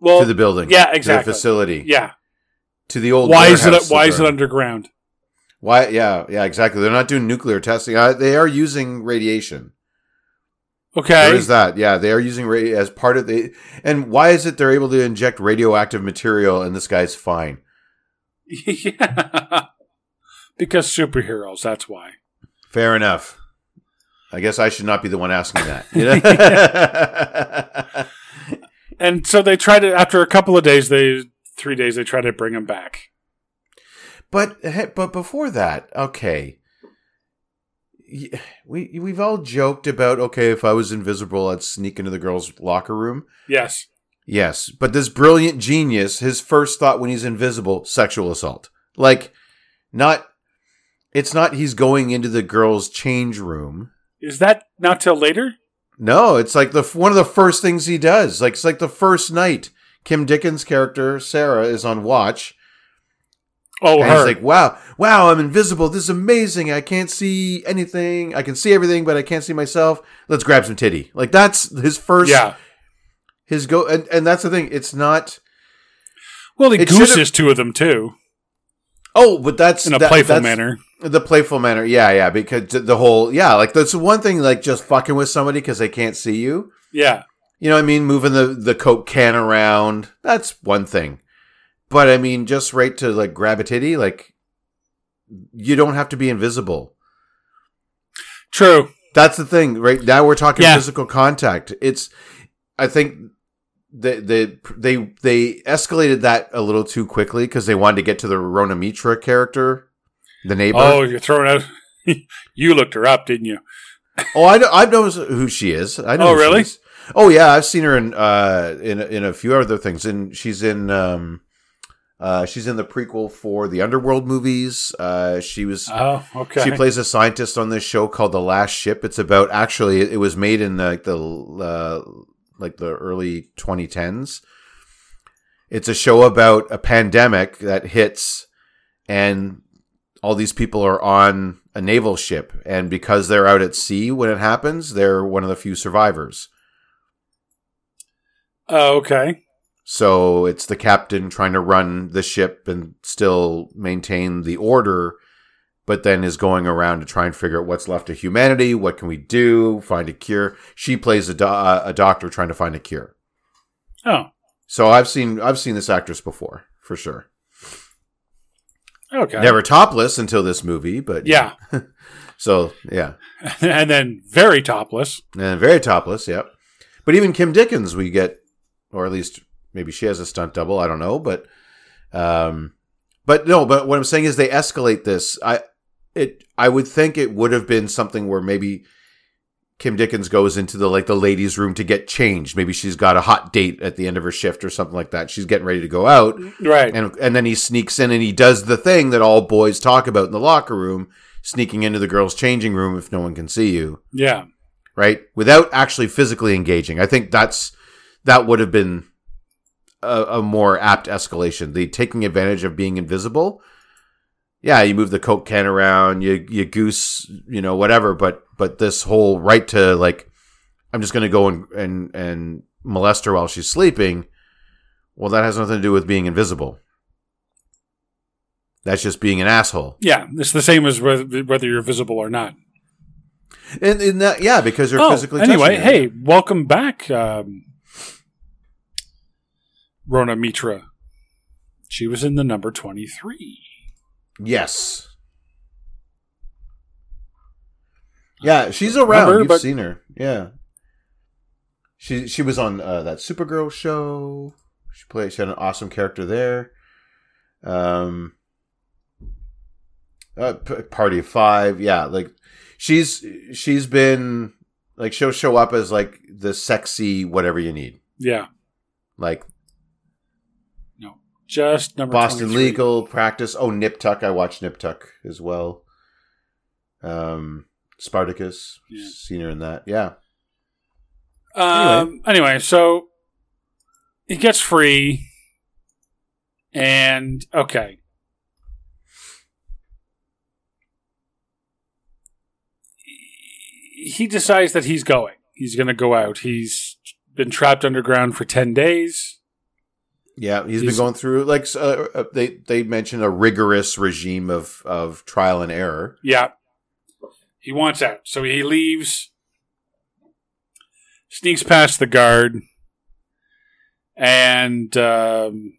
Speaker 2: Well,
Speaker 4: to the building?
Speaker 2: yeah,
Speaker 4: To
Speaker 2: exactly.
Speaker 4: the facility.
Speaker 2: yeah.
Speaker 4: To the old.
Speaker 2: Why is it?
Speaker 4: warehouse
Speaker 2: Why
Speaker 4: that
Speaker 2: is it
Speaker 4: they're in.
Speaker 2: underground?
Speaker 4: Why? Yeah, yeah. Exactly. They're not doing nuclear testing. Uh, they are using radiation. There
Speaker 2: Okay.
Speaker 4: is that. Yeah, they are using ra- as part of the. And why is it they're able to inject radioactive material and this guy's fine?
Speaker 2: yeah. Because superheroes. That's why.
Speaker 4: Fair enough. I guess I should not be the one asking that. You know?
Speaker 2: And so they try to after a couple of days, they three days they try to bring him back.
Speaker 4: but hey, but before that, okay. Y- We we've all joked about okay, if I was invisible, I'd sneak into the girls' locker room.
Speaker 2: Yes.
Speaker 4: Yes, but this brilliant genius, his first thought when he's invisible, sexual assault. Like, not. It's not he's going into the girls' change room.
Speaker 2: Is that not till later?
Speaker 4: No, it's like the f- one of the first things he does. Like it's like the first night Kim Dickens' character Sarah is on watch,
Speaker 2: Oh,
Speaker 4: and
Speaker 2: her.
Speaker 4: he's like, "Wow, wow, I'm invisible. This is amazing. I can't see anything. I can see everything, but I can't see myself. Let's grab some titty." Like that's his first.
Speaker 2: yeah.
Speaker 4: His go, and, and that's the thing. It's not.
Speaker 2: Well, he
Speaker 4: it should've-
Speaker 2: gooses two of them too
Speaker 4: Oh, but that's
Speaker 2: in a
Speaker 4: that-
Speaker 2: playful
Speaker 4: that's-
Speaker 2: manner.
Speaker 4: The playful manner, yeah, yeah, because the whole, yeah, like that's one thing, like just fucking with somebody because they can't see you.
Speaker 2: Yeah.
Speaker 4: You know what I mean? Moving the, the Coke can around. That's one thing. But I mean, just right to like grab a titty, like you don't have to be invisible.
Speaker 2: True.
Speaker 4: That's the thing. Right now we're talking
Speaker 2: Yeah.
Speaker 4: physical contact. It's I think they they they they escalated that a little too quickly because they wanted to get to the Rona Mitra character, the neighbor.
Speaker 2: Oh, you're throwing out. you looked her up, didn't you?
Speaker 4: Oh, I know, I know who she is. I know.
Speaker 2: Oh,
Speaker 4: who she
Speaker 2: really?
Speaker 4: is. Oh, yeah. I've seen her in uh, in in a few other things, and she's in um, uh, she's in the prequel for the Underworld movies. Uh, she was
Speaker 2: Oh, okay.
Speaker 4: she plays a scientist on this show called The Last Ship. It's about actually it was made in like the uh, like the early 2010s. It's a show about a pandemic that hits and all these people are on a naval ship and because they're out at sea when it happens, they're one of the few survivors.
Speaker 2: oh, okay.
Speaker 4: So it's the captain trying to run the ship and still maintain the order, but then is going around to try and figure out what's left of humanity. What can we do? Find a cure. She plays a, do- uh, a doctor trying to find a cure.
Speaker 2: Oh,
Speaker 4: So I've seen I've seen this actress before for sure.
Speaker 2: okay.
Speaker 4: Never topless until this movie, but
Speaker 2: Yeah.
Speaker 4: So yeah,
Speaker 2: and then very topless.
Speaker 4: and very topless. Yep. But even Kim Dickens, we get, or at least maybe she has a stunt double. I don't know, but, um, but no. But what I'm saying is they escalate this. I, it, I would think it would have been something where maybe Kim Dickens goes into the like the ladies' room to get changed. Maybe she's got a hot date at the end of her shift or something like that. She's getting ready to go out,
Speaker 2: Right.
Speaker 4: and and then he sneaks in and he does the thing that all boys talk about in the locker room, sneaking into the girls' changing room if no one can see you
Speaker 2: yeah.
Speaker 4: right? Without actually physically engaging. I think that's that would have been a, a more apt escalation. The taking advantage of being invisible. Yeah, you move the coke can around, you you goose, you know, whatever. But but this whole right to like, I'm just gonna go and and and molest her while she's sleeping. Well, that has nothing to do with being invisible. That's just being an asshole.
Speaker 2: Yeah, it's the same as whether whether you're visible or not.
Speaker 4: And, and that, yeah, because they're physically. touching
Speaker 2: Oh, anyway,
Speaker 4: you.
Speaker 2: hey, welcome back, um, Rona Mitra. She was in the number twenty-three.
Speaker 4: Yes. Yeah, she's around.
Speaker 2: Remember,
Speaker 4: You've
Speaker 2: but-
Speaker 4: seen her. Yeah. She she was on uh, that Supergirl show. She played. She had an awesome character there. Um. Uh, P- Party of Five. Yeah, like she's she's been like she'll show up as like the sexy whatever you need.
Speaker 2: Yeah,
Speaker 4: Like
Speaker 2: no, just number
Speaker 4: Boston
Speaker 2: 23.
Speaker 4: Legal Practice. Oh, Nip Tuck. I watched Nip Tuck as well. Um, Spartacus,
Speaker 2: Yeah.
Speaker 4: seen her in that. Yeah,
Speaker 2: Um, anyway. so he gets free, and okay. He decides that he's going. He's going to go out. He's been trapped underground for 10 days.
Speaker 4: yeah. he's been
Speaker 2: He's-
Speaker 4: going through like s- uh, uh, they they mentioned a rigorous regime of of trial and error.
Speaker 2: Yeah. He wants out. So he leaves, sneaks past the guard, and um,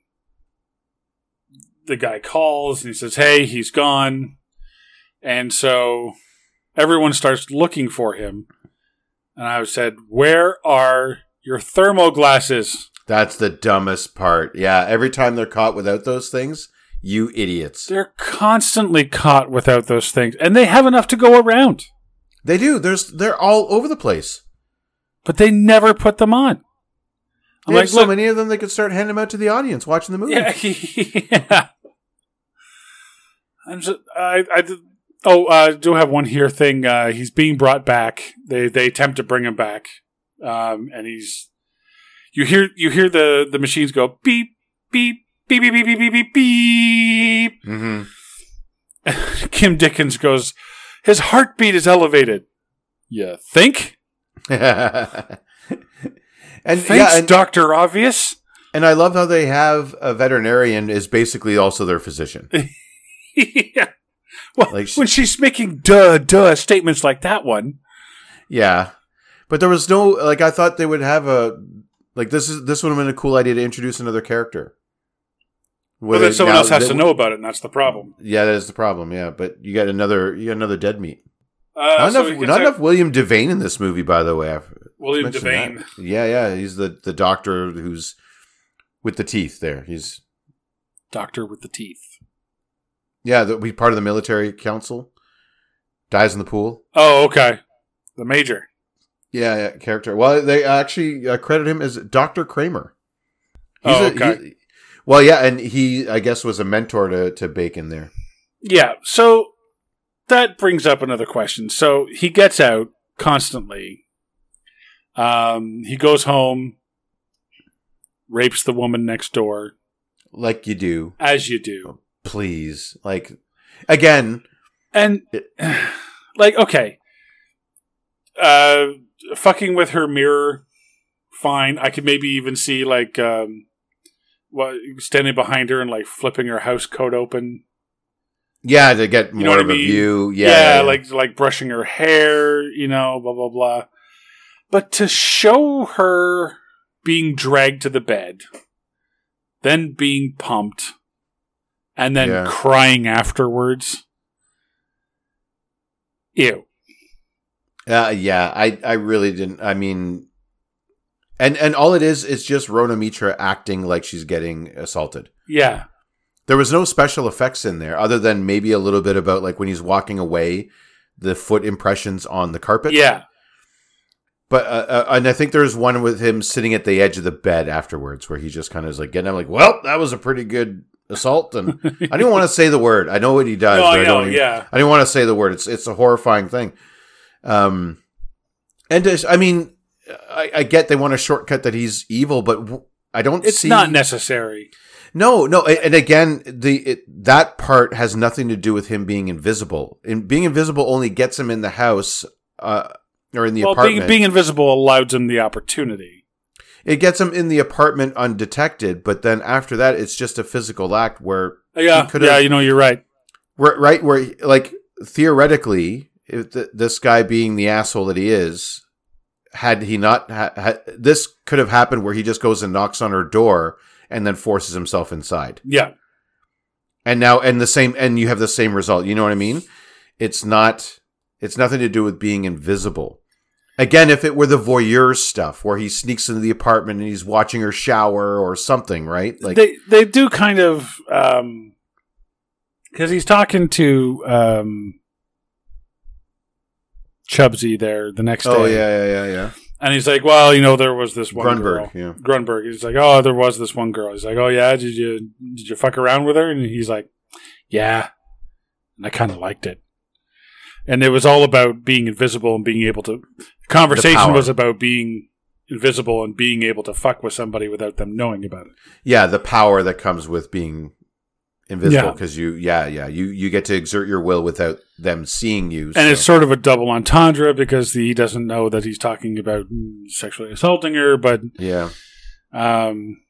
Speaker 2: the guy calls and he says, Hey, he's gone. And so everyone starts looking for him. And I said, Where are your thermal glasses?
Speaker 4: That's the dumbest part. Yeah, every time they're caught without those things, you idiots.
Speaker 2: They're constantly caught without those things, and they have enough to go around,
Speaker 4: They do. There's they're all over the place.
Speaker 2: but they never put them on.
Speaker 4: They have so many of them they could start handing them out to the audience watching the movie.
Speaker 2: Yeah, yeah. I'm just, I, I, did- oh, I do have one here thing. Uh, he's being brought back. They, they attempt to bring him back, um, and he's. You hear, you hear the the machines go beep, beep, beep, beep, beep, beep, beep, beep, beep.
Speaker 4: Mm-hmm.
Speaker 2: Kim Dickens goes, his heartbeat is elevated. You think?
Speaker 4: and
Speaker 2: Thanks,
Speaker 4: yeah, and,
Speaker 2: Doctor Obvious.
Speaker 4: And I love how they have a veterinarian is basically also their physician.
Speaker 2: yeah. Well,
Speaker 4: Like she-
Speaker 2: when she's making duh duh statements like that one,
Speaker 4: yeah. But there was no like I thought they would have a like this is this would have been a cool idea to introduce another character.
Speaker 2: Well,
Speaker 4: Whether
Speaker 2: then someone
Speaker 4: now
Speaker 2: else has
Speaker 4: they-
Speaker 2: to know about it, and that's the problem.
Speaker 4: Yeah, that is the problem. Yeah, but you got another you got another dead meat.
Speaker 2: Uh,
Speaker 4: not
Speaker 2: so he
Speaker 4: enough,
Speaker 2: gets
Speaker 4: not
Speaker 2: out-
Speaker 4: enough William Devane in this movie, by the way. I've
Speaker 2: William
Speaker 4: mentioned
Speaker 2: Devane.
Speaker 4: that. Yeah, yeah, he's the the doctor who's with the teeth. There, he's
Speaker 2: Doctor with the teeth.
Speaker 4: yeah, the, he's part of the military council. Dies in the pool.
Speaker 2: Oh, okay. The Major.
Speaker 4: Yeah, yeah, character. Well, they actually uh, credit him as Doctor Kramer.
Speaker 2: Oh,
Speaker 4: a-
Speaker 2: okay.
Speaker 4: he- well, yeah, and he, I guess, was a mentor to, to Bacon there.
Speaker 2: Yeah, so that brings up another question. So he gets out constantly. Um, he goes home, rapes the woman next door,
Speaker 4: Like you do,
Speaker 2: as you do.
Speaker 4: please. Like again,
Speaker 2: And, like, okay. Uh, fucking with her mirror, fine. I could maybe even see, like, um, what, standing behind her and, like, flipping her house coat open.
Speaker 4: yeah, to get more
Speaker 2: know what I
Speaker 4: of a
Speaker 2: mean?
Speaker 4: view. Yeah,
Speaker 2: yeah, like, like brushing her hair, you know, blah, blah, blah. But to show her being dragged to the bed, then being pumped, and then
Speaker 4: Yeah.
Speaker 2: crying afterwards. Ew.
Speaker 4: uh, yeah. I, I really didn't. I mean, and and all it is is just Rona Mitra acting like she's getting assaulted.
Speaker 2: Yeah.
Speaker 4: There was no special effects in there, other than maybe a little bit about like when he's walking away, the foot impressions on the carpet.
Speaker 2: yeah.
Speaker 4: But uh, uh, and I think there's one with him sitting at the edge of the bed afterwards, where he just kind of is like getting. I'm like, well, that was a pretty good assault, and I didn't want to say the word. I know what he does.
Speaker 2: No,
Speaker 4: but
Speaker 2: I
Speaker 4: I
Speaker 2: know.
Speaker 4: don't even-
Speaker 2: Oh, yeah.
Speaker 4: I didn't want to say the word. It's it's a horrifying thing. Um, and just- I mean, I, I get they want to shortcut that he's evil, but w- I don't
Speaker 2: It's
Speaker 4: see
Speaker 2: not necessary.
Speaker 4: no, no, a- and again, the it, that part has nothing to do with him being invisible. And being invisible only gets him in the house uh, or in the
Speaker 2: well,
Speaker 4: apartment.
Speaker 2: being, being invisible allows him the opportunity.
Speaker 4: it gets him in the apartment undetected, but then after that, it's just a physical act where
Speaker 2: Uh, Yeah,
Speaker 4: could've-
Speaker 2: yeah, you know, you're right.
Speaker 4: where, right where like theoretically if th- this guy being the asshole that he is had he not ha- ha- this could have happened where he just goes and knocks on her door and then forces himself inside
Speaker 2: Yeah,
Speaker 4: and now and the same and you have the same result you know what i mean it's not it's nothing to do with being invisible again if it were the voyeur stuff where he sneaks into the apartment and he's watching her shower or something right like
Speaker 2: they they do kind of because he's talking to um, Chubsy there the next
Speaker 4: oh
Speaker 2: day,
Speaker 4: yeah yeah yeah yeah
Speaker 2: and he's like, "Well, you know, there was this one girl."
Speaker 4: grunberg yeah
Speaker 2: Grunberg. He's like, oh, there was this one girl. He's like, oh yeah, did you did you fuck around with her? And he's like, yeah, and I kind of liked it. And it was all about being invisible and being able to. The
Speaker 4: The
Speaker 2: conversation
Speaker 4: power.
Speaker 2: was about being invisible and being able to fuck with somebody without them knowing about it.
Speaker 4: yeah the power that comes with being invisible
Speaker 2: Yeah.
Speaker 4: because you yeah yeah you you get to exert your will without them seeing you
Speaker 2: And
Speaker 4: so-
Speaker 2: it's sort of a double entendre because he doesn't know that he's talking about sexually assaulting her, but
Speaker 4: yeah
Speaker 2: Um,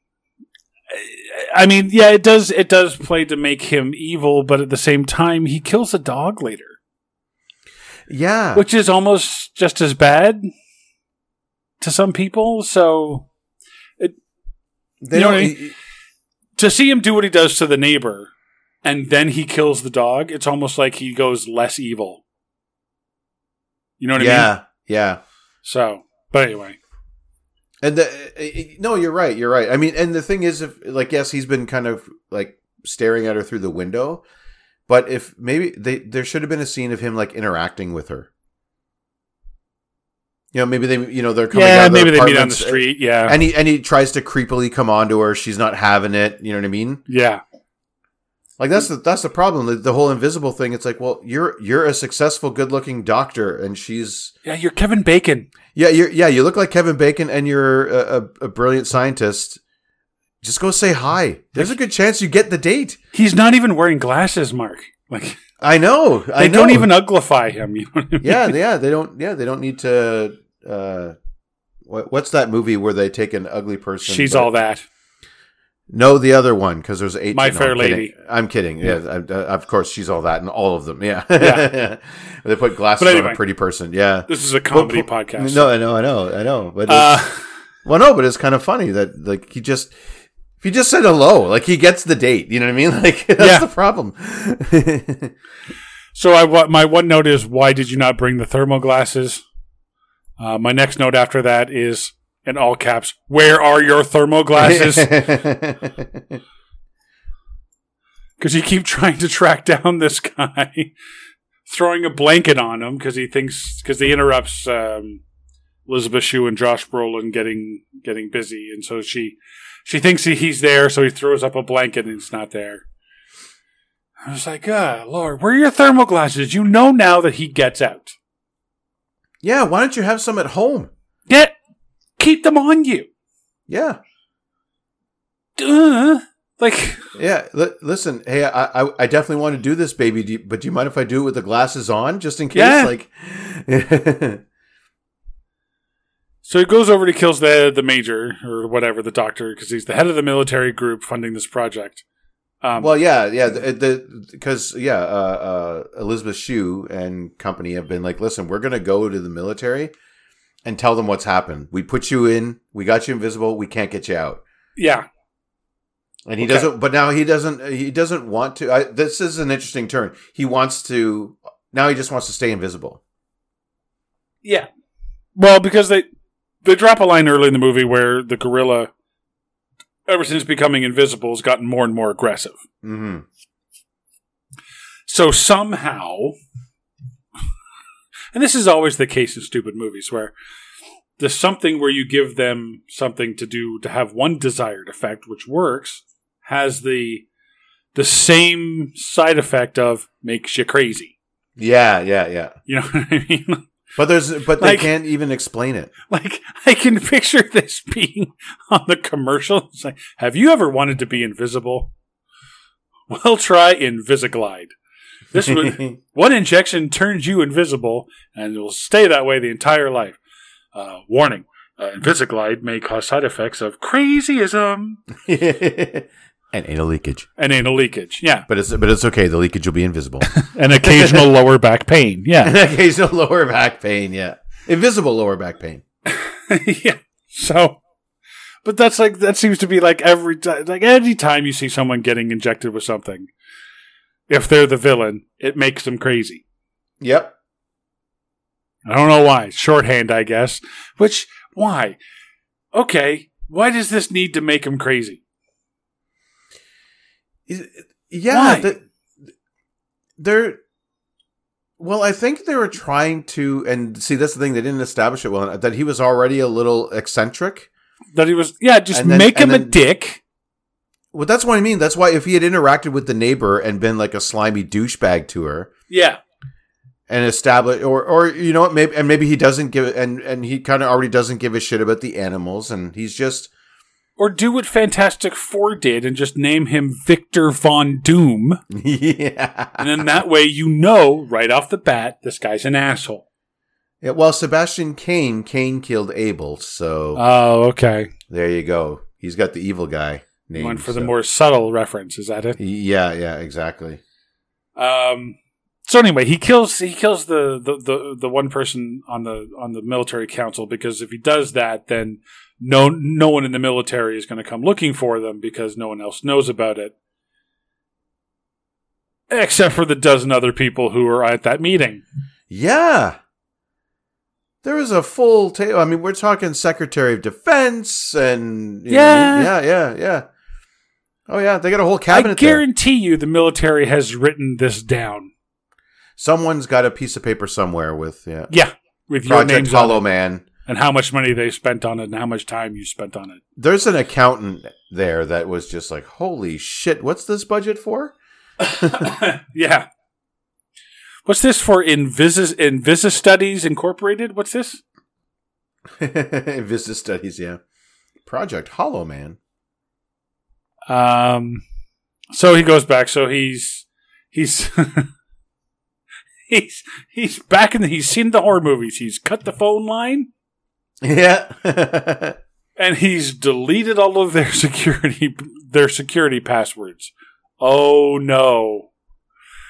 Speaker 2: I- I mean, yeah, it does. It does play to make him evil, but at the same time, he kills a dog later,
Speaker 4: yeah
Speaker 2: which is almost just as bad to some people. So
Speaker 4: they
Speaker 2: you know
Speaker 4: don't
Speaker 2: what I to see him do what he does to the neighbor, and then he kills the dog, it's almost like he goes less evil. You know what I
Speaker 4: yeah
Speaker 2: mean?
Speaker 4: yeah
Speaker 2: So, but anyway,
Speaker 4: and the eh, eh, no you're right you're right i mean and the thing is if like yes he's been kind of like staring at her through the window but if maybe they there should have been a scene of him like interacting with her you know maybe they you know they're coming out
Speaker 2: yeah,
Speaker 4: of their
Speaker 2: maybe they meet on the
Speaker 4: apartments, eh,
Speaker 2: street. Yeah,
Speaker 4: and he and he tries to creepily come onto her she's not having it you know what i mean
Speaker 2: yeah,
Speaker 4: Like that's the that's the problem. The, the whole invisible thing. It's like, well, you're you're a successful, good looking doctor, and she's
Speaker 2: yeah. You're Kevin Bacon.
Speaker 4: yeah, you're yeah, you look like Kevin Bacon, and you're a, a, a brilliant scientist. Just go say hi. There's a good chance you get the date.
Speaker 2: He's not even wearing glasses, Mark. Like.
Speaker 4: I know.
Speaker 2: They
Speaker 4: I know.
Speaker 2: don't even uglify him. You know what I mean?
Speaker 4: yeah, yeah, they don't. Yeah, they don't need to. Uh, what, what's that movie where they take an ugly person?
Speaker 2: She's
Speaker 4: but-
Speaker 2: all that.
Speaker 4: No, the other one because there's eight.
Speaker 2: My
Speaker 4: no,
Speaker 2: Fair
Speaker 4: I'm kidding.
Speaker 2: Lady.
Speaker 4: I'm kidding. Yeah, I, I, of course she's all that, and all of them. Yeah,
Speaker 2: Yeah.
Speaker 4: they put glasses
Speaker 2: But
Speaker 4: on
Speaker 2: anyway.
Speaker 4: a pretty person. Yeah,
Speaker 2: This is a comedy
Speaker 4: Well, po-
Speaker 2: podcast.
Speaker 4: No, I know, I know, I know. But it's-
Speaker 2: Uh,
Speaker 4: well, no, but it's kind of funny that like he just if he just said hello, like he gets the date. You know what I mean? Like that's
Speaker 2: Yeah.
Speaker 4: the problem.
Speaker 2: so I wa- my one note is why did you not bring the thermal glasses? Uh, my next note after that is in all caps. Where are your thermal glasses? Because you keep trying to track down this guy, throwing a blanket on him because he thinks because he interrupts um, Elizabeth Shue and Josh Brolin getting getting busy, and so she she thinks he, he's there, so he throws up a blanket and it's not there. I was like, ah, Lord, where are your thermal glasses? You know now that he gets out.
Speaker 4: yeah, why don't you have some at home?
Speaker 2: Get keep them on you.
Speaker 4: Yeah,
Speaker 2: Duh. Like
Speaker 4: yeah. Li- listen, hey, I, I I definitely want to do this, baby. Do you, but do you mind if I do it with the glasses on, just in case?
Speaker 2: Yeah.
Speaker 4: Like.
Speaker 2: So he goes over to kills the the major or whatever the doctor because he's the head of the military group funding this project. Um,
Speaker 4: Well, yeah, yeah, the because yeah, uh, uh, Elizabeth Shue and company have been like, listen, we're gonna go to the military and tell them what's happened. We put you in, we got you invisible, we can't get you out.
Speaker 2: yeah,
Speaker 4: And he
Speaker 2: Okay.
Speaker 4: doesn't, but now he doesn't, he doesn't want to. I, this is an interesting turn. He wants to now. He just wants to stay invisible.
Speaker 2: yeah. Well, because they they drop a line early in the movie where the gorilla, ever since becoming invisible, has gotten more and more aggressive.
Speaker 4: hmm
Speaker 2: So somehow, and this is always the case in stupid movies where there's something where you give them something to do to have one desired effect, which works, has the the same side effect of makes you crazy.
Speaker 4: Yeah, yeah, yeah.
Speaker 2: You know what I mean?
Speaker 4: But there's, but they
Speaker 2: Like-
Speaker 4: can't even explain it.
Speaker 2: Like I can picture this being on the commercial. It's like, have you ever wanted to be invisible? Well, try Invisiglide. This would One injection turns you invisible and it will stay that way the entire life. Uh, warning Uh, Invisiglide may cause side effects of crazyism
Speaker 4: and anal leakage.
Speaker 2: and anal leakage. Yeah.
Speaker 4: But it's but it's okay. The leakage will be invisible.
Speaker 2: And occasional lower back pain. Yeah.
Speaker 4: Occasional lower back pain. Yeah, invisible lower back pain.
Speaker 2: yeah. So, but that's like, that seems to be like every time, like any time you see someone getting injected with something, if they're the villain, it makes them crazy.
Speaker 4: Yep.
Speaker 2: I don't know why. Shorthand, I guess. Which, why? Okay, why does this need to make him crazy?
Speaker 4: Is- Yeah.
Speaker 2: Why?
Speaker 4: the- they're well. I think they were trying to, and see, that's the thing. They didn't establish it well. That he was already a little eccentric.
Speaker 2: That he was, yeah, just
Speaker 4: And then-
Speaker 2: make him
Speaker 4: and
Speaker 2: a
Speaker 4: then-
Speaker 2: dick.
Speaker 4: Well, that's what I mean. That's why if he had interacted with the neighbor and been like a slimy douchebag to her,
Speaker 2: Yeah.
Speaker 4: and establish or or you know what maybe and maybe he doesn't give and and he kind of already doesn't give a shit about the animals and he's just
Speaker 2: Or do what Fantastic Four did and just name him Victor Von Doom.
Speaker 4: yeah.
Speaker 2: And then that way you know right off the bat this guy's an asshole.
Speaker 4: yeah well sebastian kane kane killed abel so
Speaker 2: Oh, okay.
Speaker 4: there you go he's got the evil guy name
Speaker 2: One for the
Speaker 4: so-
Speaker 2: more subtle reference, is that it?
Speaker 4: yeah yeah exactly
Speaker 2: Um, so anyway, he kills he kills the, the, the, the one person on the on the military council because if he does that, then no no one in the military is going to come looking for them because no one else knows about it, except for the dozen other people who were at that meeting.
Speaker 4: yeah there is a full table i mean we're talking secretary of defense and you know what I mean?
Speaker 2: Yeah.
Speaker 4: yeah yeah yeah oh yeah they got a whole
Speaker 2: I
Speaker 4: cabinet there.
Speaker 2: guarantee you, the military has written this down.
Speaker 4: someone's got a piece of paper somewhere with yeah
Speaker 2: Yeah, with your
Speaker 4: Project
Speaker 2: names on
Speaker 4: Hollow
Speaker 2: it
Speaker 4: Man.
Speaker 2: and how much money they spent on it and how much time you spent on it.
Speaker 4: There's an accountant there that was just like, "Holy shit, what's this budget for?"
Speaker 2: yeah. What's this for? Invisi Invisi Studies Incorporated. What's this?
Speaker 4: Business studies, yeah. Project Hollow Man.
Speaker 2: Um, so he goes back. So he's he's he's he's back in. The, he's seen the horror movies. He's cut the phone line
Speaker 4: Yeah.
Speaker 2: and he's deleted all of their security their security passwords. Oh no!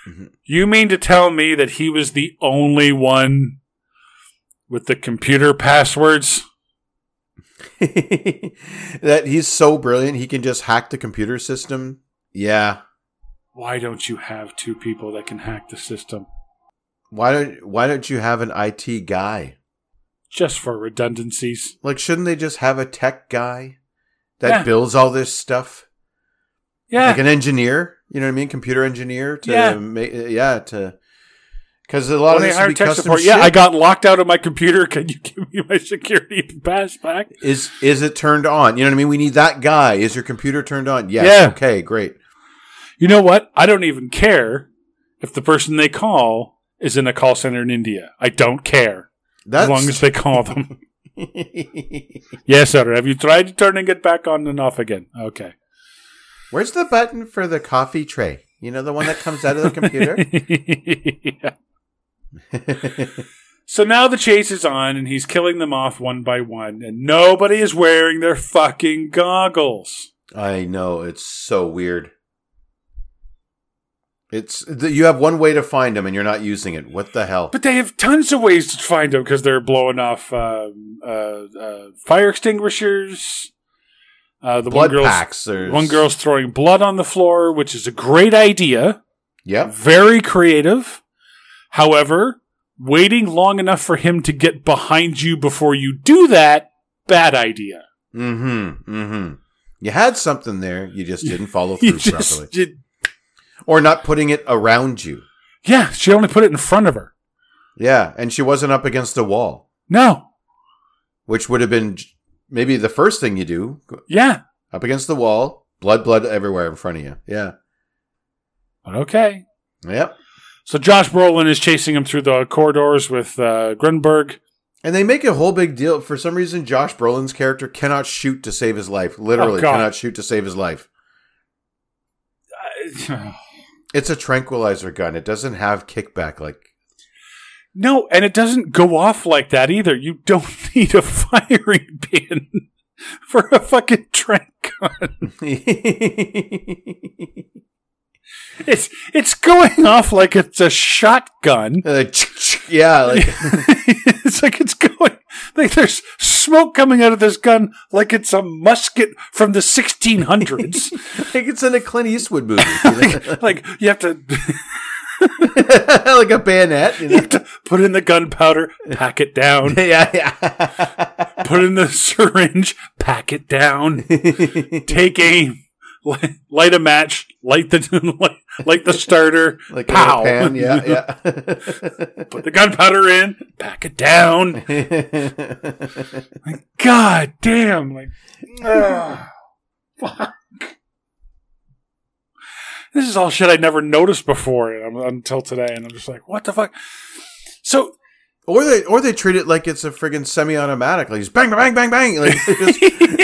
Speaker 4: Mhm.
Speaker 2: You mean to tell me that he was the only one with the computer passwords?
Speaker 4: that he's so brilliant, he can just hack the computer system. Yeah.
Speaker 2: why don't you have two people that can hack the system
Speaker 4: Why don't why don't you have an IT guy?
Speaker 2: just for redundancies?
Speaker 4: Like shouldn't they just have a tech guy that
Speaker 2: Yeah.
Speaker 4: builds all this stuff?
Speaker 2: Yeah,
Speaker 4: like an engineer. You know what I mean? Computer engineer to
Speaker 2: Yeah.
Speaker 4: make yeah to because a lot
Speaker 2: When
Speaker 4: of
Speaker 2: they
Speaker 4: this
Speaker 2: hire
Speaker 4: would be
Speaker 2: tech
Speaker 4: custom
Speaker 2: support,
Speaker 4: shit.
Speaker 2: Yeah, I got locked out of my computer. Can you give me my security pass back?
Speaker 4: is is it turned on? You know what I mean? We need that guy. Is your computer turned on? Yes.
Speaker 2: Yeah.
Speaker 4: Okay. Great.
Speaker 2: You know what? I don't even care if the person they call is in a call center in India. I don't care
Speaker 4: That's
Speaker 2: as long as they call them. yes, sir. Have you tried turning it back on and off again? Okay.
Speaker 4: where's the button for the coffee tray? You know the one that comes out of the computer.
Speaker 2: yeah. So now the chase is on, and he's killing them off one by one, and nobody is wearing their fucking goggles.
Speaker 4: I know it's so weird. It's th- you have one way to find them and you're not using it. What the hell?
Speaker 2: But they have tons of ways to find them because they're blowing off um, uh, uh, fire extinguishers. Uh, the
Speaker 4: Blood
Speaker 2: one girl's
Speaker 4: packs. There's,
Speaker 2: one girl's throwing blood on the floor, which is a great idea,
Speaker 4: Yep.
Speaker 2: very creative. However, waiting long enough for him to get behind you before you do that, bad idea.
Speaker 4: Mm-hmm. Mm-hmm. You had something there, you just didn't follow
Speaker 2: You
Speaker 4: through properly.
Speaker 2: just, you-
Speaker 4: Or not putting it around you.
Speaker 2: yeah, she only put it in front of her.
Speaker 4: Yeah. And she wasn't up against a wall,
Speaker 2: No.
Speaker 4: which would have been j- maybe the first thing you do. Go
Speaker 2: Yeah.
Speaker 4: Up against the wall, blood, blood everywhere in front of you. Yeah.
Speaker 2: But okay.
Speaker 4: Yep.
Speaker 2: So Josh Brolin is chasing him through the corridors with uh, Grunberg.
Speaker 4: And they make a whole big deal. For some reason, Josh Brolin's character cannot shoot to save his life. Literally,
Speaker 2: Oh, God.
Speaker 4: cannot shoot to save his life. It's a tranquilizer gun. It doesn't have kickback like
Speaker 2: No, and it doesn't go off like that either. You don't need a firing pin for a fucking trank gun. It's it's going off like it's a shotgun.
Speaker 4: Like, yeah, like
Speaker 2: it's like it's going like there's smoke coming out of this gun like it's a musket from the 1600s.
Speaker 4: like it's in a Clint Eastwood movie, you know?
Speaker 2: like you have to
Speaker 4: like a bayonet. You
Speaker 2: you
Speaker 4: know?
Speaker 2: have to put in the gunpowder, pack it down.
Speaker 4: yeah, yeah.
Speaker 2: Put in the syringe, pack it down. Take aim. li- Light a match, light the light, light the starter,
Speaker 4: like
Speaker 2: pow.
Speaker 4: a pan. Yeah, yeah.
Speaker 2: Put the gunpowder in, pack it down. God damn! Like, ugh, fuck. This is all shit I never noticed before and I'm- until today, and I'm just like, what the fuck? So
Speaker 4: or they or they treat it like it's a friggin' semi-automatic. Like just bang, bang, bang, bang. Like it's just,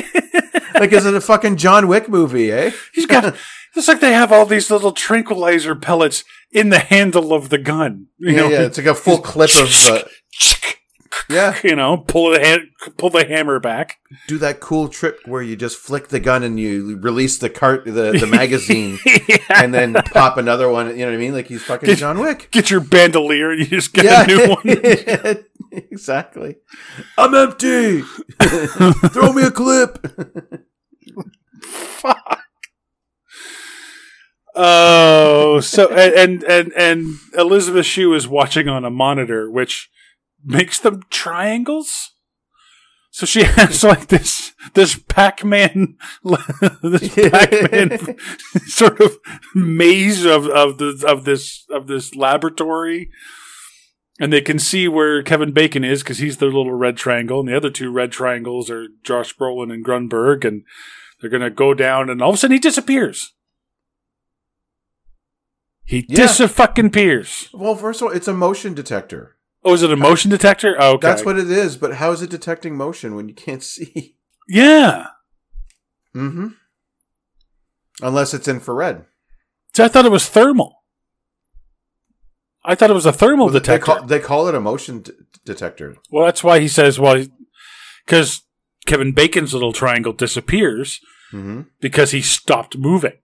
Speaker 4: like is it a fucking John Wick movie? Eh?
Speaker 2: he's got. It's like they have all these little tranquilizer pellets in the handle of the gun. You
Speaker 4: Yeah,
Speaker 2: know,
Speaker 4: yeah. It's like a full clip of the. Yeah,
Speaker 2: you know, pull the hand, pull the hammer back.
Speaker 4: do that cool trick where you just flick the gun and you release the cart, the, the magazine, and then pop another one. You know what I mean? Like he's fucking
Speaker 2: Did-
Speaker 4: John Wick.
Speaker 2: Get your bandolier, and you just get a new one.
Speaker 4: one. exactly. I'm empty. Throw me a clip.
Speaker 2: Oh, so and and and, and Elizabeth Shue is watching on a monitor, which makes them triangles. So she has like this this Pac Man this Pac Man sort of maze of of the of this of this laboratory, and they can see where Kevin Bacon is because he's their little red triangle, and the other two red triangles are Josh Brolin and Grunberg, and they're gonna go down, and all of a sudden he disappears. He
Speaker 4: Yeah.
Speaker 2: fucking peers.
Speaker 4: Well, first of all, it's a motion detector.
Speaker 2: Oh, is it a motion detector? Oh, okay.
Speaker 4: That's what it is. But how is it detecting motion when you can't see?
Speaker 2: Yeah.
Speaker 4: Mm-hmm. Unless it's infrared.
Speaker 2: So I thought it was thermal. I thought it was a thermal
Speaker 4: Well, they,
Speaker 2: Oh, detector.
Speaker 4: call, they call it a motion d- detector.
Speaker 2: Well, that's why he says, well, because Kevin Bacon's little triangle disappears
Speaker 4: Mm-hmm.
Speaker 2: because he stopped moving.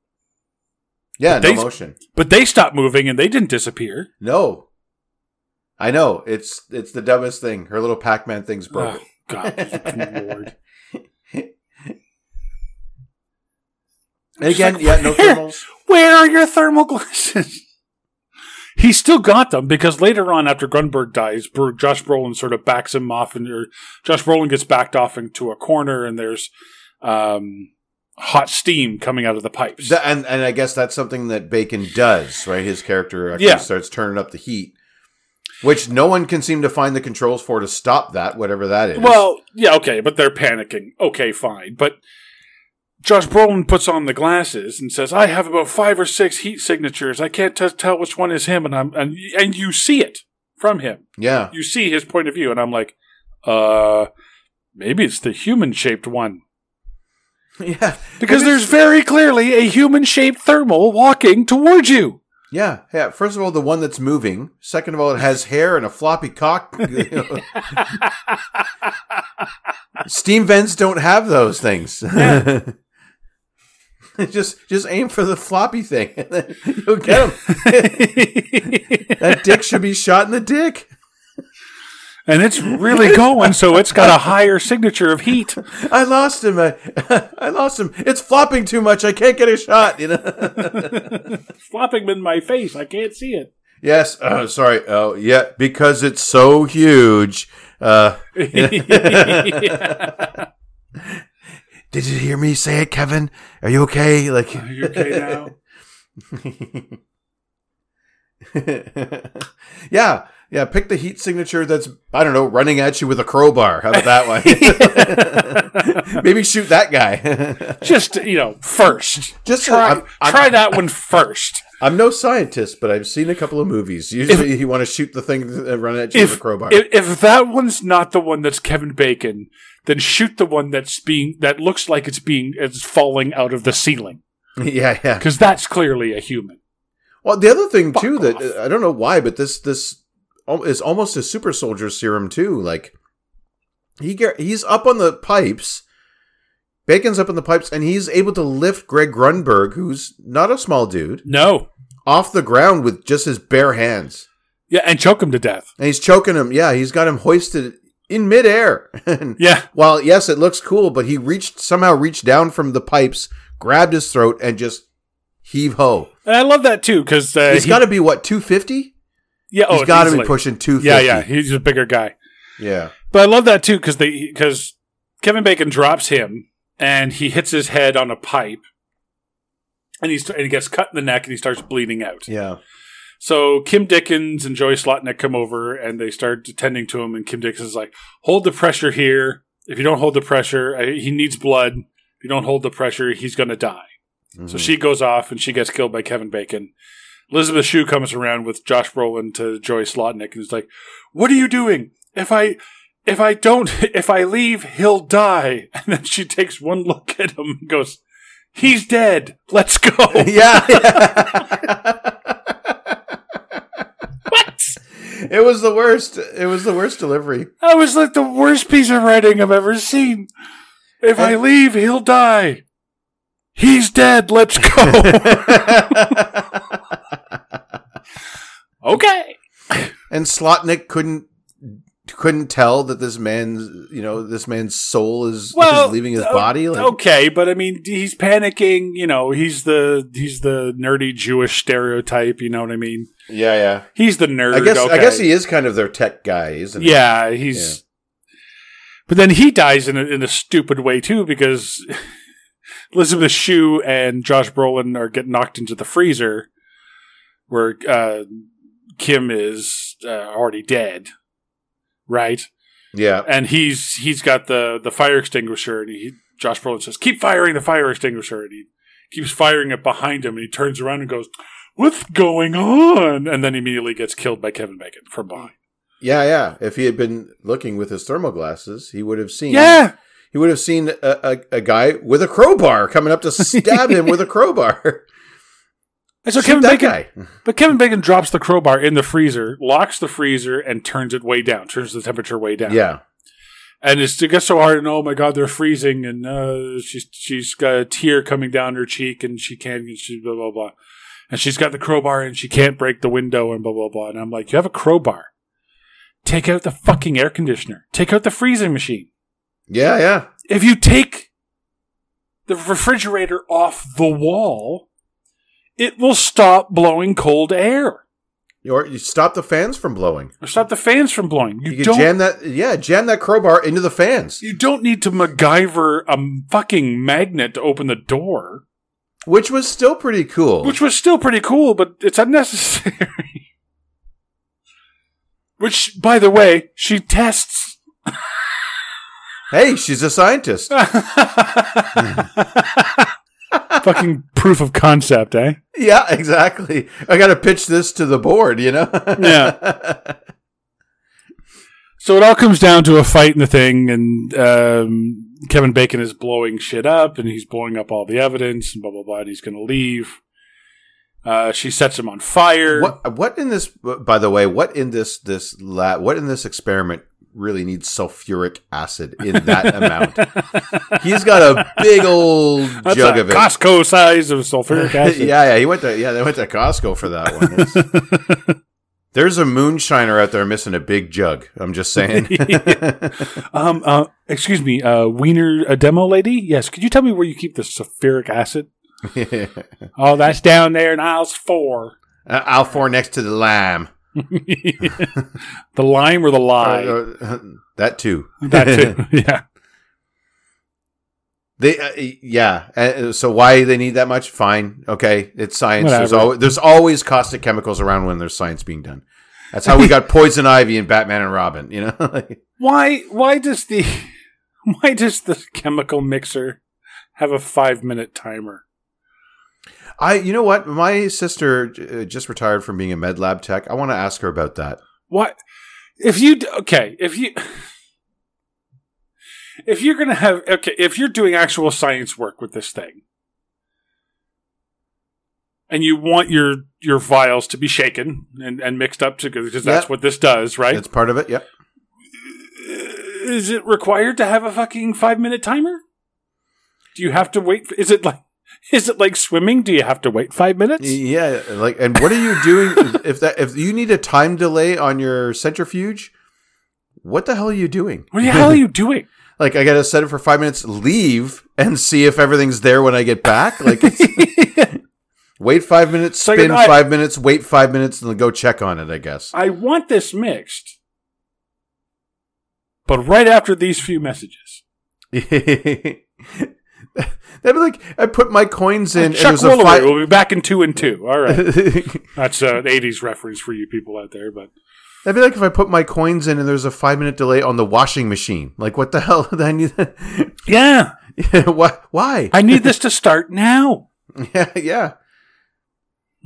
Speaker 4: Yeah, no
Speaker 2: But they-
Speaker 4: motion.
Speaker 2: But they stopped moving and they didn't disappear.
Speaker 4: No. I know. It's it's the dumbest thing. Her little Pac-Man thing's broken.
Speaker 2: Oh, God, good lord.
Speaker 4: And again,
Speaker 2: Just like-
Speaker 4: yeah, no thermals.
Speaker 2: Where are your thermal glasses? He still got them because later on, after Grunberg dies, Bro- Josh Brolin sort of backs him off, and or Josh Brolin gets backed off into a corner, and there's um, hot steam coming out of the pipes.
Speaker 4: Th- and and I guess that's something that Bacon does, right? His character actually
Speaker 2: Yeah.
Speaker 4: starts turning up the heat, which no one can seem to find the controls for to stop that, whatever that is.
Speaker 2: Well, yeah, okay, but they're panicking. Okay, fine. But Josh Brolin puts on the glasses and says, "I have about five or six heat signatures. I can't t- tell which one is him." And I'm and and you see it from him.
Speaker 4: yeah,
Speaker 2: You see his point of view, and I'm like, "Uh, maybe it's the human shaped one."
Speaker 4: yeah,
Speaker 2: Because there's very clearly a human shaped thermal walking towards you.
Speaker 4: yeah, yeah. First of all, the one that's moving. Second of all, it has hair and a floppy cock. you know. Steam vents don't have those things. just just aim for the floppy thing, and then you'll get them. that dick should be shot in the dick.
Speaker 2: and it's really going, so it's got a higher signature of heat.
Speaker 4: I lost him. I, I lost him. It's flopping too much. I can't get a shot. You know.
Speaker 2: Flopping in my face. I can't see it.
Speaker 4: yes. Oh, sorry. Oh, yeah. Because it's so huge. Uh, did you hear me say it, Kevin? Are you okay? Like.
Speaker 2: Are you okay now?
Speaker 4: yeah. Yeah. Pick the heat signature that's I don't know running at you with a crowbar. How about that one? Maybe shoot that guy.
Speaker 2: Just you know, first.
Speaker 4: Just
Speaker 2: try,
Speaker 4: I'm- I'm-
Speaker 2: try that one first.
Speaker 4: I'm no scientist, but I've seen a couple of movies. Usually, you want to shoot the thing and run at you with
Speaker 2: If,
Speaker 4: a crowbar.
Speaker 2: if if that one's not the one that's Kevin Bacon, then shoot the one that's being that looks like it's being it's falling out of the ceiling
Speaker 4: yeah, yeah.
Speaker 2: because that's clearly a human.
Speaker 4: Well, the other thing too
Speaker 2: Fuck
Speaker 4: that I don't know why, but this this al- is almost a super soldier serum too. Like he get, he's up on the pipes. Bacon's up on the pipes, and he's able to lift Greg Grunberg, who's not a small dude,
Speaker 2: No.
Speaker 4: off the ground with just his bare hands.
Speaker 2: Yeah, and choke him to death.
Speaker 4: And he's choking him. Yeah, he's got him hoisted in midair. And
Speaker 2: Yeah.
Speaker 4: While yes, it looks cool, but he reached somehow reached down from the pipes, grabbed his throat, and just heave ho.
Speaker 2: And I love that too because uh,
Speaker 4: he's
Speaker 2: he-
Speaker 4: got to be what two fifty.
Speaker 2: Yeah, oh,
Speaker 4: he's got to be
Speaker 2: easily.
Speaker 4: pushing two
Speaker 2: Yeah,
Speaker 4: fifty.
Speaker 2: yeah, he's a bigger guy.
Speaker 4: yeah,
Speaker 2: But I love that too because they because Kevin Bacon drops him and he hits his head on a pipe, and he's and he gets cut in the neck and he starts bleeding out.
Speaker 4: yeah,
Speaker 2: So Kim Dickens and Joey Slotnick come over and they start attending to him. And Kim Dickens is like, "Hold the pressure here. If you don't hold the pressure, uh, he needs blood. If you don't hold the pressure, he's going to die." So
Speaker 4: Mhm.
Speaker 2: she goes off and she gets killed by Kevin Bacon. Elizabeth Shue comes around with Josh Brolin to Joy Slotnick and is like, "What are you doing? If I if I don't if I leave, he'll die." And then she takes one look at him and goes, "He's dead. Let's go."
Speaker 4: yeah.
Speaker 2: what?
Speaker 4: it was the worst. It was the worst delivery.
Speaker 2: That was like the worst piece of writing I've ever seen. If I leave, he'll die. He's dead. Let's go. okay.
Speaker 4: and Slotnick couldn't couldn't tell that this man's you know this man's soul is,
Speaker 2: Well,
Speaker 4: is leaving his
Speaker 2: uh,
Speaker 4: body. Like,
Speaker 2: Okay, but I mean, he's panicking. You know, he's the he's the nerdy Jewish stereotype. You know what I mean?
Speaker 4: Yeah, yeah.
Speaker 2: He's the nerd.
Speaker 4: I guess I
Speaker 2: okay.
Speaker 4: guess he is kind of their tech guy, isn't he?
Speaker 2: Yeah, he's. But then he dies in a, in a stupid way too because Elizabeth Shue and Josh Brolin are getting knocked into the freezer, where uh, Kim is uh, already dead, right?
Speaker 4: Yeah.
Speaker 2: And he's he's got the the fire extinguisher, and he Josh Brolin says, "Keep firing the fire extinguisher," and he keeps firing it behind him, and he turns around and goes. What's going on? And then immediately gets killed by Kevin Bacon from behind.
Speaker 4: Yeah, yeah. If he had been looking with his thermal glasses, he would have seen.
Speaker 2: Yeah,
Speaker 4: he would have seen a, a, a guy with a crowbar coming up to stab him with a crowbar.
Speaker 2: And so
Speaker 4: Shoot
Speaker 2: Kevin
Speaker 4: that
Speaker 2: Bacon,
Speaker 4: guy.
Speaker 2: but Kevin Bacon drops the crowbar in the freezer, locks the freezer, and turns it way down, turns the temperature way down.
Speaker 4: Yeah,
Speaker 2: and it's, it gets so hard, and oh my god, they're freezing, and uh, she's she's got a tear coming down her cheek, and she can't, and she blah blah blah, and she's got the crowbar, and she can't break the window, and blah blah blah, and I'm like, you have a crowbar, take out the fucking air conditioner, take out the freezing machine.
Speaker 4: yeah, yeah.
Speaker 2: If you take the refrigerator off the wall, it will stop blowing cold air.
Speaker 4: Or you stop the fans from blowing.
Speaker 2: or stop the fans from blowing. You,
Speaker 4: You, can
Speaker 2: don't.
Speaker 4: jam that. Yeah, jam that crowbar into the fans.
Speaker 2: you don't need to MacGyver a fucking magnet to open the door,
Speaker 4: which was still pretty cool.
Speaker 2: which was still pretty cool, but it's unnecessary. which, by the way, she tests.
Speaker 4: hey, she's a scientist.
Speaker 2: fucking proof of concept, eh?
Speaker 4: yeah, exactly. I got to pitch this to the board. You know.
Speaker 2: Yeah. So it all comes down to a fight in the thing, and um, Kevin Bacon is blowing shit up, and he's blowing up all the evidence, and blah blah blah. And he's going to leave. Uh, she sets him on fire.
Speaker 4: what What in this? By the way, what in this this la, What in this experiment really needs sulfuric acid in that amount? He's got a big old
Speaker 2: That's
Speaker 4: jug
Speaker 2: a
Speaker 4: of it.
Speaker 2: Costco size of sulfuric acid.
Speaker 4: yeah, yeah, he went to yeah, they went to Costco for that one. It's- There's a moonshiner out there missing a big jug. I'm just saying.
Speaker 2: Um. Uh, excuse me. Uh, Wiener, a demo lady. Yes. Could you tell me where you keep the sulfuric acid? Oh, that's down there in aisles four.
Speaker 4: Uh, Al four next to the lime.
Speaker 2: the lime or the lie?
Speaker 4: Uh, uh, that too.
Speaker 2: that too. yeah.
Speaker 4: They uh, yeah. Uh, so why they need that much? Fine. Okay. It's science. There's
Speaker 2: Whatever.
Speaker 4: always, there's always caustic chemicals around when there's science being done. That's how we got poison ivy and Batman and Robin. You know. Like,
Speaker 2: why why does the why does the chemical mixer have a five minute timer?
Speaker 4: I. You know what? My sister uh, just retired from being a med lab tech. I want to ask her about that.
Speaker 2: What if you d- okay if you if you're gonna have okay if you're doing actual science work with this thing and you want your your vials to be shaken and, and mixed up together because that's
Speaker 4: Yeah.
Speaker 2: what this does, right?
Speaker 4: That's part of it. Yep.
Speaker 2: Is it required to have a fucking five minute timer? Do you have to wait? For, is it like is it like swimming? Do you have to wait five minutes?
Speaker 4: Yeah. Like, and what are you doing if that if you need a time delay on your centrifuge? What the hell are you doing?
Speaker 2: What the hell are you doing?
Speaker 4: Like, I gotta set it for five minutes, leave, and see if everything's there when I get back. Like, it's- wait five minutes,
Speaker 2: Like
Speaker 4: spin
Speaker 2: an eye-
Speaker 4: five minutes, wait five minutes, and then go check on it. I guess.
Speaker 2: I want this mixed, but right after these few messages,
Speaker 4: That'd be like I put my coins in.
Speaker 2: Chuck
Speaker 4: a
Speaker 2: Woolery
Speaker 4: fi-
Speaker 2: will be back in two and two. All right, that's an '80s reference for you people out there, but
Speaker 4: That'd be like if I put my coins in and there's a five minute delay on the washing machine. Like what the hell? did I need that.
Speaker 2: yeah,
Speaker 4: Yeah, why? Why?
Speaker 2: I need this to start now.
Speaker 4: yeah, yeah.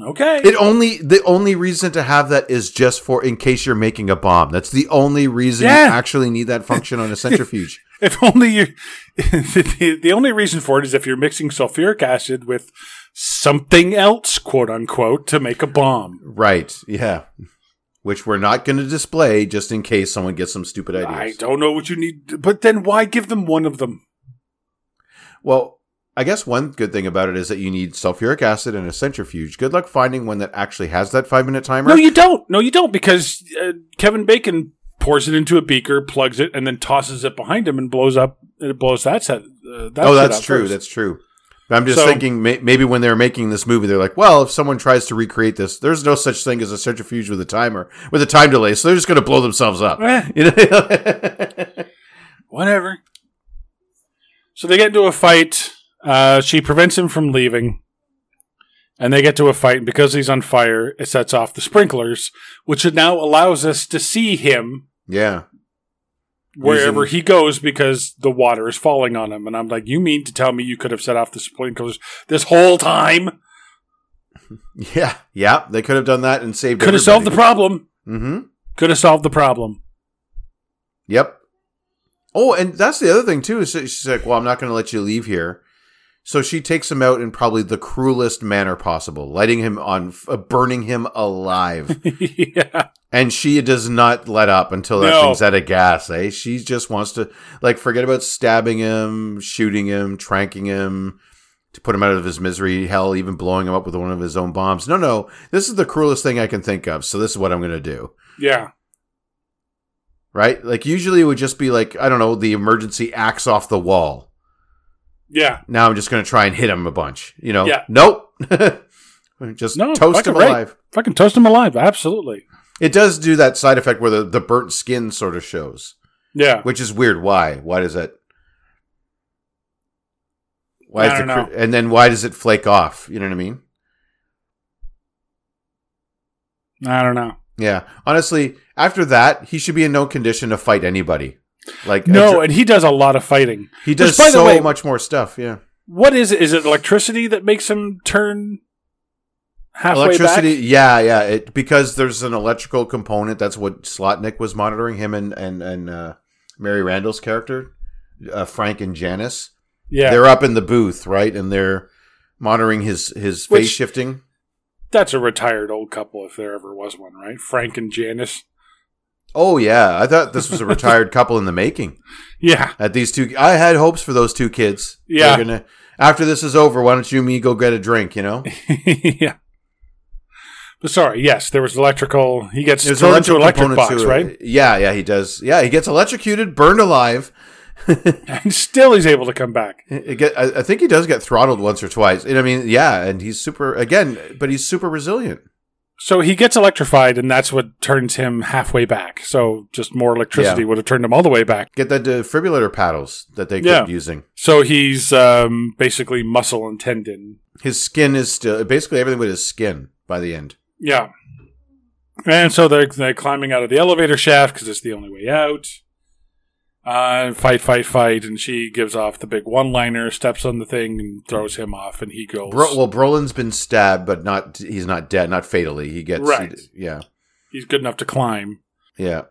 Speaker 2: Okay,
Speaker 4: It only the only reason to have that is just for in case you're making a bomb. That's the only reason
Speaker 2: Yeah.
Speaker 4: you actually need that function on a centrifuge.
Speaker 2: If only you. the, the only reason for it is if you're mixing sulfuric acid with something else, quote unquote, to make a bomb.
Speaker 4: right. Yeah. Which we're not going to display just in case someone gets some stupid ideas.
Speaker 2: I don't know what you need, but then why give them one of them?
Speaker 4: Well, I guess one good thing about it is that you need sulfuric acid and a centrifuge. Good luck finding one that actually has that five minute timer.
Speaker 2: No, you don't. No, you don't, because uh, Kevin Bacon pours it into a beaker, plugs it, and then tosses it behind him and blows up. It blows that set. Uh, that
Speaker 4: oh,
Speaker 2: shit
Speaker 4: that's
Speaker 2: up
Speaker 4: true.
Speaker 2: first.
Speaker 4: That's true. I'm just
Speaker 2: So-
Speaker 4: thinking may- maybe when they're making this movie, they're like, well, if someone tries to recreate this, there's no such thing as a centrifuge with a timer, with a time delay, so they're just going to blow themselves up.
Speaker 2: Eh.
Speaker 4: You know?
Speaker 2: Whatever. So they get into a fight. Uh, she prevents him from leaving. And they get to a fight. And because he's on fire, it sets off the sprinklers, which it now allows us to see him
Speaker 4: yeah.
Speaker 2: wherever
Speaker 4: Using-
Speaker 2: he goes because the water is falling on him. And I'm like, you mean to tell me you could have set off the sprinklers this whole time?
Speaker 4: Yeah. Yeah. They could have done that and saved
Speaker 2: Could have solved the problem.
Speaker 4: Mm-hmm.
Speaker 2: Could have solved the problem.
Speaker 4: Yep. Oh, and that's the other thing too. is that She's like, "Well, I'm not going to let you leave here." So she takes him out in probably the cruelest manner possible, lighting him on, f- uh, burning him alive,
Speaker 2: yeah.
Speaker 4: and she does not let up until that
Speaker 2: No.
Speaker 4: thing's out of gas. Eh? She just wants to like forget about stabbing him, shooting him, tranking him to put him out of his misery. Hell, even blowing him up with one of his own bombs. No, no, this is the cruelest thing I can think of. So this is what I'm going to do
Speaker 2: Yeah.
Speaker 4: right? Like usually it would just be like I don't know, the emergency axe off the wall.
Speaker 2: Yeah.
Speaker 4: Now I'm just going to try and hit him a bunch. You know,
Speaker 2: Yeah.
Speaker 4: nope. just
Speaker 2: No,
Speaker 4: toast
Speaker 2: fucking
Speaker 4: him
Speaker 2: right.
Speaker 4: alive.
Speaker 2: Fucking toast him alive. Absolutely.
Speaker 4: It does do that side effect where the, the burnt skin sort of shows,
Speaker 2: Yeah.
Speaker 4: which is weird. Why? Why does that? Why
Speaker 2: I
Speaker 4: is
Speaker 2: don't
Speaker 4: the cr- and then why does it flake off? You know what I mean?
Speaker 2: I don't know.
Speaker 4: Yeah. Honestly, after that, he should be in no condition to fight anybody. Like
Speaker 2: No,
Speaker 4: adre-
Speaker 2: and he does a lot of fighting.
Speaker 4: he
Speaker 2: which,
Speaker 4: does
Speaker 2: by the
Speaker 4: so
Speaker 2: way-
Speaker 4: much more stuff. Yeah.
Speaker 2: What is it? Is it electricity that makes him turn halfway
Speaker 4: electricity
Speaker 2: back?
Speaker 4: yeah yeah it, because there's an electrical component that's what slotnick was monitoring him and and and uh, mary randall's character uh, frank and janice
Speaker 2: Yeah,
Speaker 4: they're up in the booth right and they're monitoring his his
Speaker 2: Which-
Speaker 4: face shifting
Speaker 2: that's a retired old couple if there ever was one, right? Frank and Janice.
Speaker 4: oh yeah i thought this was a retired couple in the making
Speaker 2: Yeah,
Speaker 4: at these two i had hopes for those two kids They're
Speaker 2: Yeah.
Speaker 4: gonna, after this is over why don't you and me go get a drink you know
Speaker 2: yeah. But sorry, yes, there was electrical. He gets
Speaker 4: There's
Speaker 2: thrown into
Speaker 4: electrical component
Speaker 2: electric box,
Speaker 4: to it.
Speaker 2: right?
Speaker 4: yeah yeah he does yeah he gets electrocuted burned alive
Speaker 2: And still, he's able to come back.
Speaker 4: It get, I I think he does get throttled once or twice. And I mean, yeah, and he's super again, but he's super resilient.
Speaker 2: So he gets electrified, and that's what turns him halfway back. So just more electricity
Speaker 4: Yeah.
Speaker 2: would have turned him all the way back.
Speaker 4: Get that defibrillator paddles that they
Speaker 2: Yeah.
Speaker 4: kept using.
Speaker 2: So he's um, basically muscle and tendon
Speaker 4: His skin is still basically everything but his skin by the end.
Speaker 2: Yeah. And so they're, they're climbing out of the elevator shaft because it's the only way out. Uh, fight, fight, fight. And she gives off the big one liner, steps on the thing, and throws him off. And he goes.
Speaker 4: Bro, well, Brolin's been stabbed, but not he's not dead, not fatally. He gets
Speaker 2: Right.
Speaker 4: yeah,
Speaker 2: he's good enough to climb.
Speaker 4: yeah,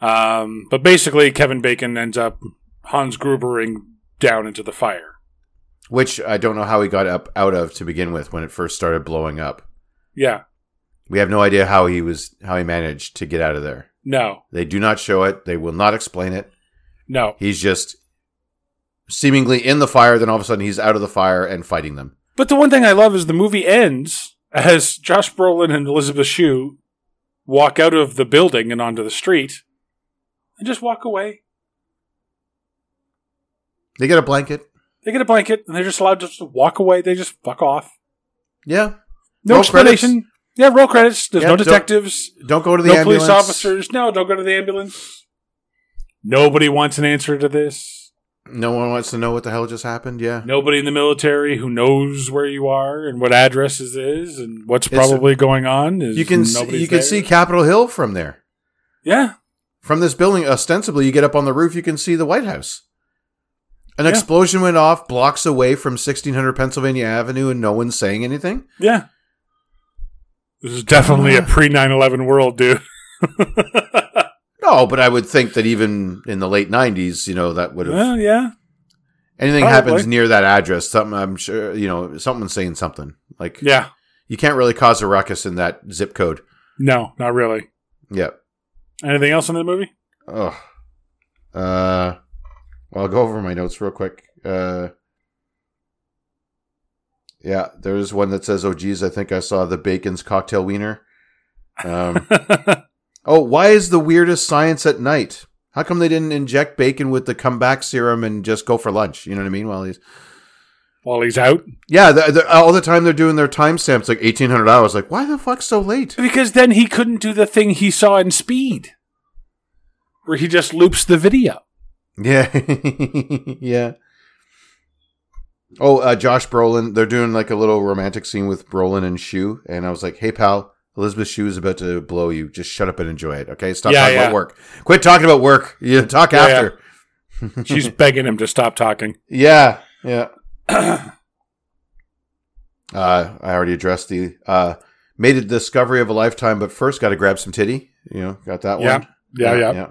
Speaker 2: Um, but basically, Kevin Bacon ends up Hans Grubering down into the fire.
Speaker 4: which I don't know how he got up out of to begin with when it first started blowing up.
Speaker 2: Yeah.
Speaker 4: We have no idea how he was how he managed to get out of there.
Speaker 2: No.
Speaker 4: They do not show it. They will not explain it.
Speaker 2: No.
Speaker 4: He's just seemingly in the fire. Then all of a sudden, he's out of the fire and fighting them.
Speaker 2: But the one thing I love is the movie ends as Josh Brolin and Elizabeth Shue walk out of the building and onto the street and just walk away.
Speaker 4: They get a blanket.
Speaker 2: They get a blanket and they're just allowed to just walk away. They just fuck off.
Speaker 4: Yeah.
Speaker 2: No
Speaker 4: Roll
Speaker 2: explanation. Yeah, roll credits. There's
Speaker 4: Yeah,
Speaker 2: no
Speaker 4: don't-
Speaker 2: detectives,
Speaker 4: Don't go to the
Speaker 2: no
Speaker 4: ambulance.
Speaker 2: police officers. No, don't go to the ambulance. Nobody wants an answer to this.
Speaker 4: No one wants to know what the hell just happened. Yeah.
Speaker 2: Nobody in the military who knows where you are and what address this is and what's
Speaker 4: It's-
Speaker 2: probably going on. Is
Speaker 4: you can see,
Speaker 2: nobody's
Speaker 4: you can
Speaker 2: there.
Speaker 4: see Capitol Hill from there.
Speaker 2: yeah,
Speaker 4: From this building, ostensibly, you get up on the roof, you can see the White House. An
Speaker 2: Yeah.
Speaker 4: explosion went off blocks away from 1600 Pennsylvania Avenue, and no one's saying anything.
Speaker 2: yeah. This is definitely a pre 9 11 world, dude.
Speaker 4: No, but I would think that even in the late 90s, you know, that would have
Speaker 2: well, yeah.
Speaker 4: anything
Speaker 2: Probably.
Speaker 4: happens near that address, something I'm sure, you know, someone's saying something. Like,
Speaker 2: Yeah.
Speaker 4: you can't really cause a ruckus in that zip code.
Speaker 2: No, not really.
Speaker 4: Yeah.
Speaker 2: Anything else in the movie?
Speaker 4: Oh. Uh, well, I'll go over my notes real quick. Uh, yeah, there's one that says, "Oh, geez, I think I saw the bacon's cocktail wiener." Um, oh, why is the weirdest science at night? How come they didn't inject bacon with the comeback serum and just go for lunch? You know what I mean? While he's
Speaker 2: While he's out.
Speaker 4: yeah, the, the, all the time they're doing their timestamps like eighteen hundred hours. Like, why the fuck so late?
Speaker 2: Because then he couldn't do the thing he saw in Speed, where he just loops the video.
Speaker 4: Yeah. yeah. Oh, uh, Josh Brolin. They're doing like a little romantic scene with Brolin and Shu. And I was like, hey, pal, Elizabeth Shue is about to blow you. Just shut up and enjoy it. Okay. Stop
Speaker 2: Yeah,
Speaker 4: talking
Speaker 2: yeah.
Speaker 4: about work. Quit talking about work. You talk
Speaker 2: Yeah,
Speaker 4: after.
Speaker 2: She's begging him to stop talking.
Speaker 4: Yeah. Yeah. uh, I already addressed the uh, made a discovery of a lifetime, but first got to grab some titty. You know, got that
Speaker 2: Yeah.
Speaker 4: one.
Speaker 2: Yeah, yeah.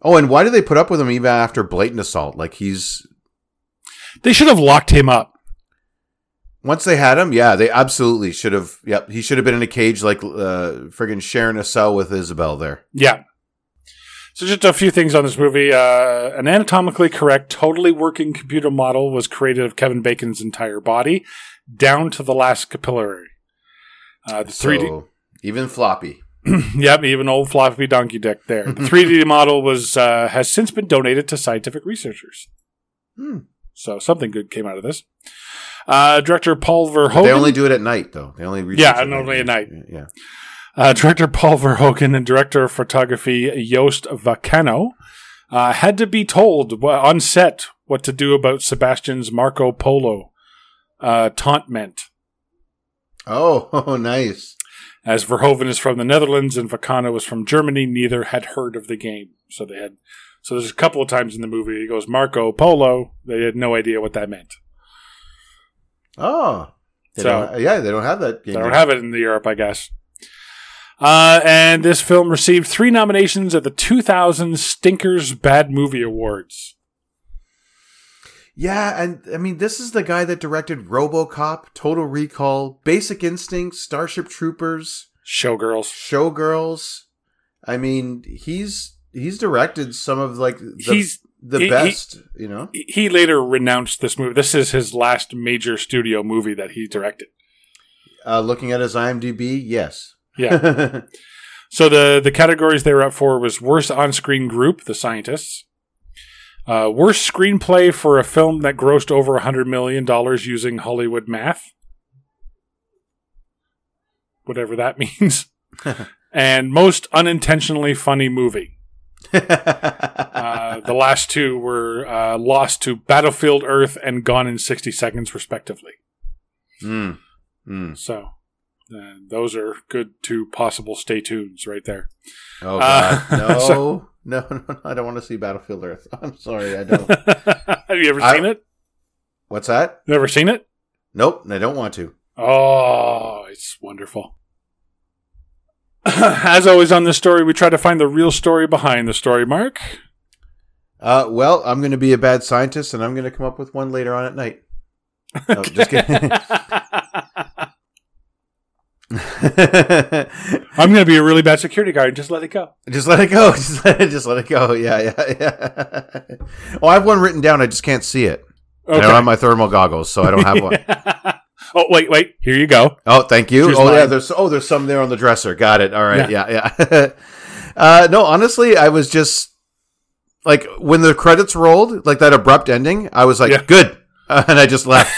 Speaker 4: Oh, and why do they put up with him even after blatant assault? Like he's
Speaker 2: They should have locked him up.
Speaker 4: Once they had him, yeah, they absolutely should have. Yep, he should have been in a cage like uh, friggin' sharing a cell with Isabel there.
Speaker 2: Yeah. So just a few things on this movie. Uh, an anatomically correct, totally working computer model was created of Kevin Bacon's entire body, down to the last capillary. Uh, the three D,
Speaker 4: So, even floppy.
Speaker 2: yep, even old floppy donkey dick there. The three D model was uh, has since been donated to scientific researchers.
Speaker 4: Hmm.
Speaker 2: So something good came out of this. Uh, director Paul Verhoeven.
Speaker 4: They only do it at night though. They only research
Speaker 2: Yeah,
Speaker 4: it
Speaker 2: and only at night.
Speaker 4: Yeah,
Speaker 2: Uh, director Paul Verhoeven and director of photography Joost Vacano uh, had to be told wh- on set what to do about Sebastian's Marco Polo uh, taunt meant,
Speaker 4: Oh, oh, nice.
Speaker 2: as Verhoeven is from the Netherlands and Vacano is from Germany. Neither had heard of the game, so they had. So there's a couple of times in the movie he goes Marco Polo. They had no idea what that meant.
Speaker 4: Oh, They
Speaker 2: So-
Speaker 4: don't- yeah, they don't have that. Game
Speaker 2: They don't have it in the Europe, I guess. Uh, and this film received three nominations at the 2000 Stinkers Bad Movie Awards.
Speaker 4: Yeah, and I mean, this is the guy that directed RoboCop, Total Recall, Basic Instinct, Starship Troopers,
Speaker 2: Showgirls.
Speaker 4: Showgirls. I mean, he's he's directed some of like the,
Speaker 2: He's-
Speaker 4: the
Speaker 2: he- he-
Speaker 4: best. you know.
Speaker 2: He later renounced this movie. This is his last major studio movie that he directed.
Speaker 4: Uh, looking at his IMDb, yes.
Speaker 2: Yeah. so the the categories they were up for was worst on screen group, the scientists. Uh, worst screenplay for a film that grossed over hundred million dollars using Hollywood math, whatever that means, and most unintentionally funny movie. Uh, the last two were uh, lost to Battlefield Earth and Gone in sixty seconds, respectively.
Speaker 4: Mm. Mm.
Speaker 2: So uh, those are good two possible stay tunes right there.
Speaker 4: Oh
Speaker 2: Uh,
Speaker 4: God, no. no, no, no! I don't want to see Battlefield Earth. I'm sorry, I don't.
Speaker 2: Have you ever
Speaker 4: I-
Speaker 2: seen it?
Speaker 4: What's that?
Speaker 2: Never seen it?
Speaker 4: Nope, I don't want to.
Speaker 2: Oh, it's wonderful. As always on this story, we try to find the real story behind the story, Mark.
Speaker 4: Uh, well, I'm going to be a bad scientist, and I'm going to come up with one later on at night. No, just kidding.
Speaker 2: I'm going to be a really bad security guard and just let it go.
Speaker 4: just let it go. Just let, just let it go. Yeah, yeah, yeah. Oh, I have one written down. I just can't see it. I don't have my thermal goggles, so I don't have one.
Speaker 2: oh, wait, wait. Here you go.
Speaker 4: Oh, thank you.
Speaker 2: Choose
Speaker 4: oh, yeah.
Speaker 2: mine.
Speaker 4: There's oh, there's some there on the dresser. Got it. All right. Yeah, yeah. uh, no, honestly, I was just like when the credits rolled, like that abrupt ending. I was like,
Speaker 2: Yeah.
Speaker 4: good, and I just left.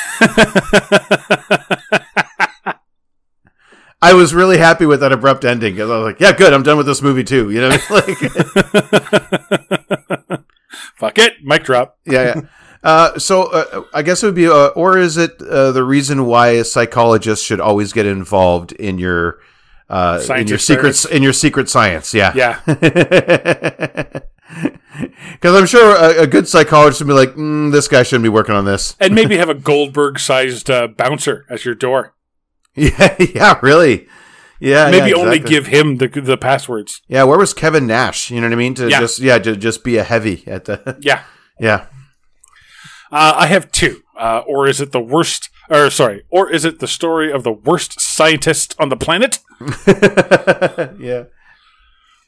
Speaker 4: I was really happy with that abrupt ending because I was like, yeah, good. I'm done with this movie too. You know, what I mean? like
Speaker 2: Fuck it. Mic drop.
Speaker 4: yeah. yeah. Uh, so uh, I guess it would be, uh, or is it uh, the reason why a psychologist should always get involved in your uh, in your
Speaker 2: Scientist
Speaker 4: secrets in your secret science? Yeah,
Speaker 2: Yeah.
Speaker 4: Because I'm sure a, a good psychologist would be like, mm, this guy shouldn't be working on this.
Speaker 2: And maybe have a Goldberg sized uh, bouncer at your door.
Speaker 4: Yeah, yeah, really. Yeah,
Speaker 2: Maybe
Speaker 4: yeah,
Speaker 2: only
Speaker 4: exactly.
Speaker 2: give him the, the passwords.
Speaker 4: Yeah, where was Kevin Nash? You know what I mean? To
Speaker 2: Yeah.
Speaker 4: just yeah, to just be a heavy at the
Speaker 2: Yeah.
Speaker 4: yeah.
Speaker 2: Uh, I have two. Uh, or is it the worst? Or sorry. Or is it the story of the worst scientist on the planet?
Speaker 4: yeah.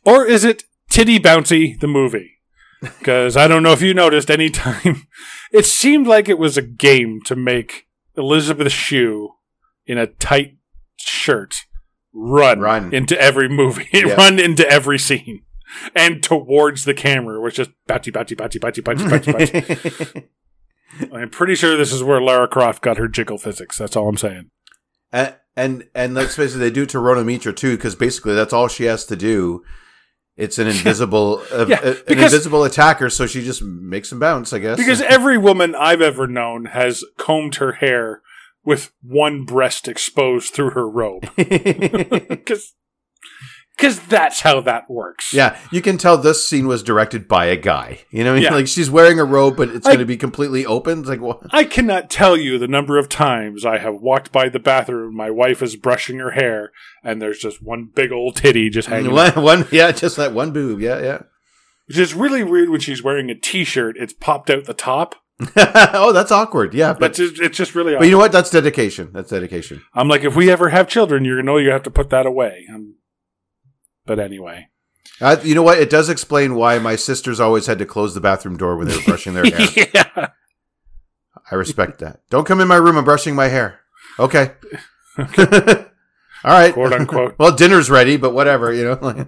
Speaker 2: Or is it Titty Bounty, the movie? Because I don't know if you noticed any time. It seemed like it was a game to make Elizabeth Shue in a tight shirt run,
Speaker 4: Run.
Speaker 2: into every movie,
Speaker 4: Yeah.
Speaker 2: run into every scene, and towards the camera, which is bounty, bounty, bounty, bounty, bounty, bounty, bounty. I'm pretty sure this is where Lara Croft got her jiggle physics. That's all I'm saying.
Speaker 4: and and, and let's face it, they do it to Rona Mitra too, because basically that's all she has to do. It's an invisible, uh,
Speaker 2: Yeah,
Speaker 4: uh, an
Speaker 2: because-
Speaker 4: invisible attacker, so she just makes him bounce, I guess.
Speaker 2: Because every woman I've ever known has combed her hair with one breast exposed through her robe. Because that's how that works.
Speaker 4: yeah, you can tell this scene was directed by a guy. You know, what I mean?
Speaker 2: Yeah.
Speaker 4: like she's wearing a robe, but it's
Speaker 2: I-
Speaker 4: going to be completely open. It's like, what?
Speaker 2: I cannot tell you the number of times I have walked by the bathroom, my wife is brushing her hair, and there's just one big old titty just hanging.
Speaker 4: One, one, yeah, just that one boob. Yeah, yeah.
Speaker 2: Which is really weird when she's wearing a t shirt, it's popped out the top.
Speaker 4: oh, that's awkward. Yeah,
Speaker 2: But
Speaker 4: but
Speaker 2: it's just, it's just really
Speaker 4: but you know what? That's dedication. That's dedication.
Speaker 2: I'm like, if we ever have children, you're gonna know you have to put that away. Um, but anyway,
Speaker 4: Uh, you know what? It does explain why my sisters always had to close the bathroom door when they were brushing their hair.
Speaker 2: yeah.
Speaker 4: I respect that. Don't come in my room. I'm brushing my hair. Okay. All right.
Speaker 2: Quote, unquote.
Speaker 4: well, dinner's ready, but whatever. You know, like,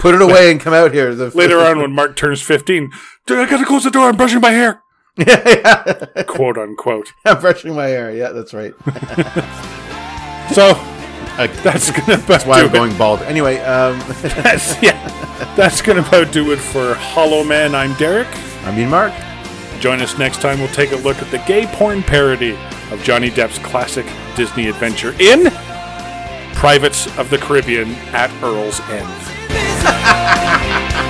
Speaker 4: put it away and come out here. The-
Speaker 2: Later on, when Mark turns 15, dude, I gotta close the door. I'm brushing my hair.
Speaker 4: yeah, yeah.
Speaker 2: Quote unquote.
Speaker 4: I'm brushing my hair. Yeah, that's right.
Speaker 2: So
Speaker 4: That's
Speaker 2: that's gonna about
Speaker 4: why
Speaker 2: do
Speaker 4: I'm going bald. Anyway, um,
Speaker 2: it. That's, yeah, that's gonna about do it for Hollow Man. I'm Derek.
Speaker 4: I mean, Mark.
Speaker 2: Join us next time. We'll take a look at the gay porn parody of Johnny Depp's classic Disney adventure in Privates of the Caribbean at Earl's End.
Speaker 3: Miserable.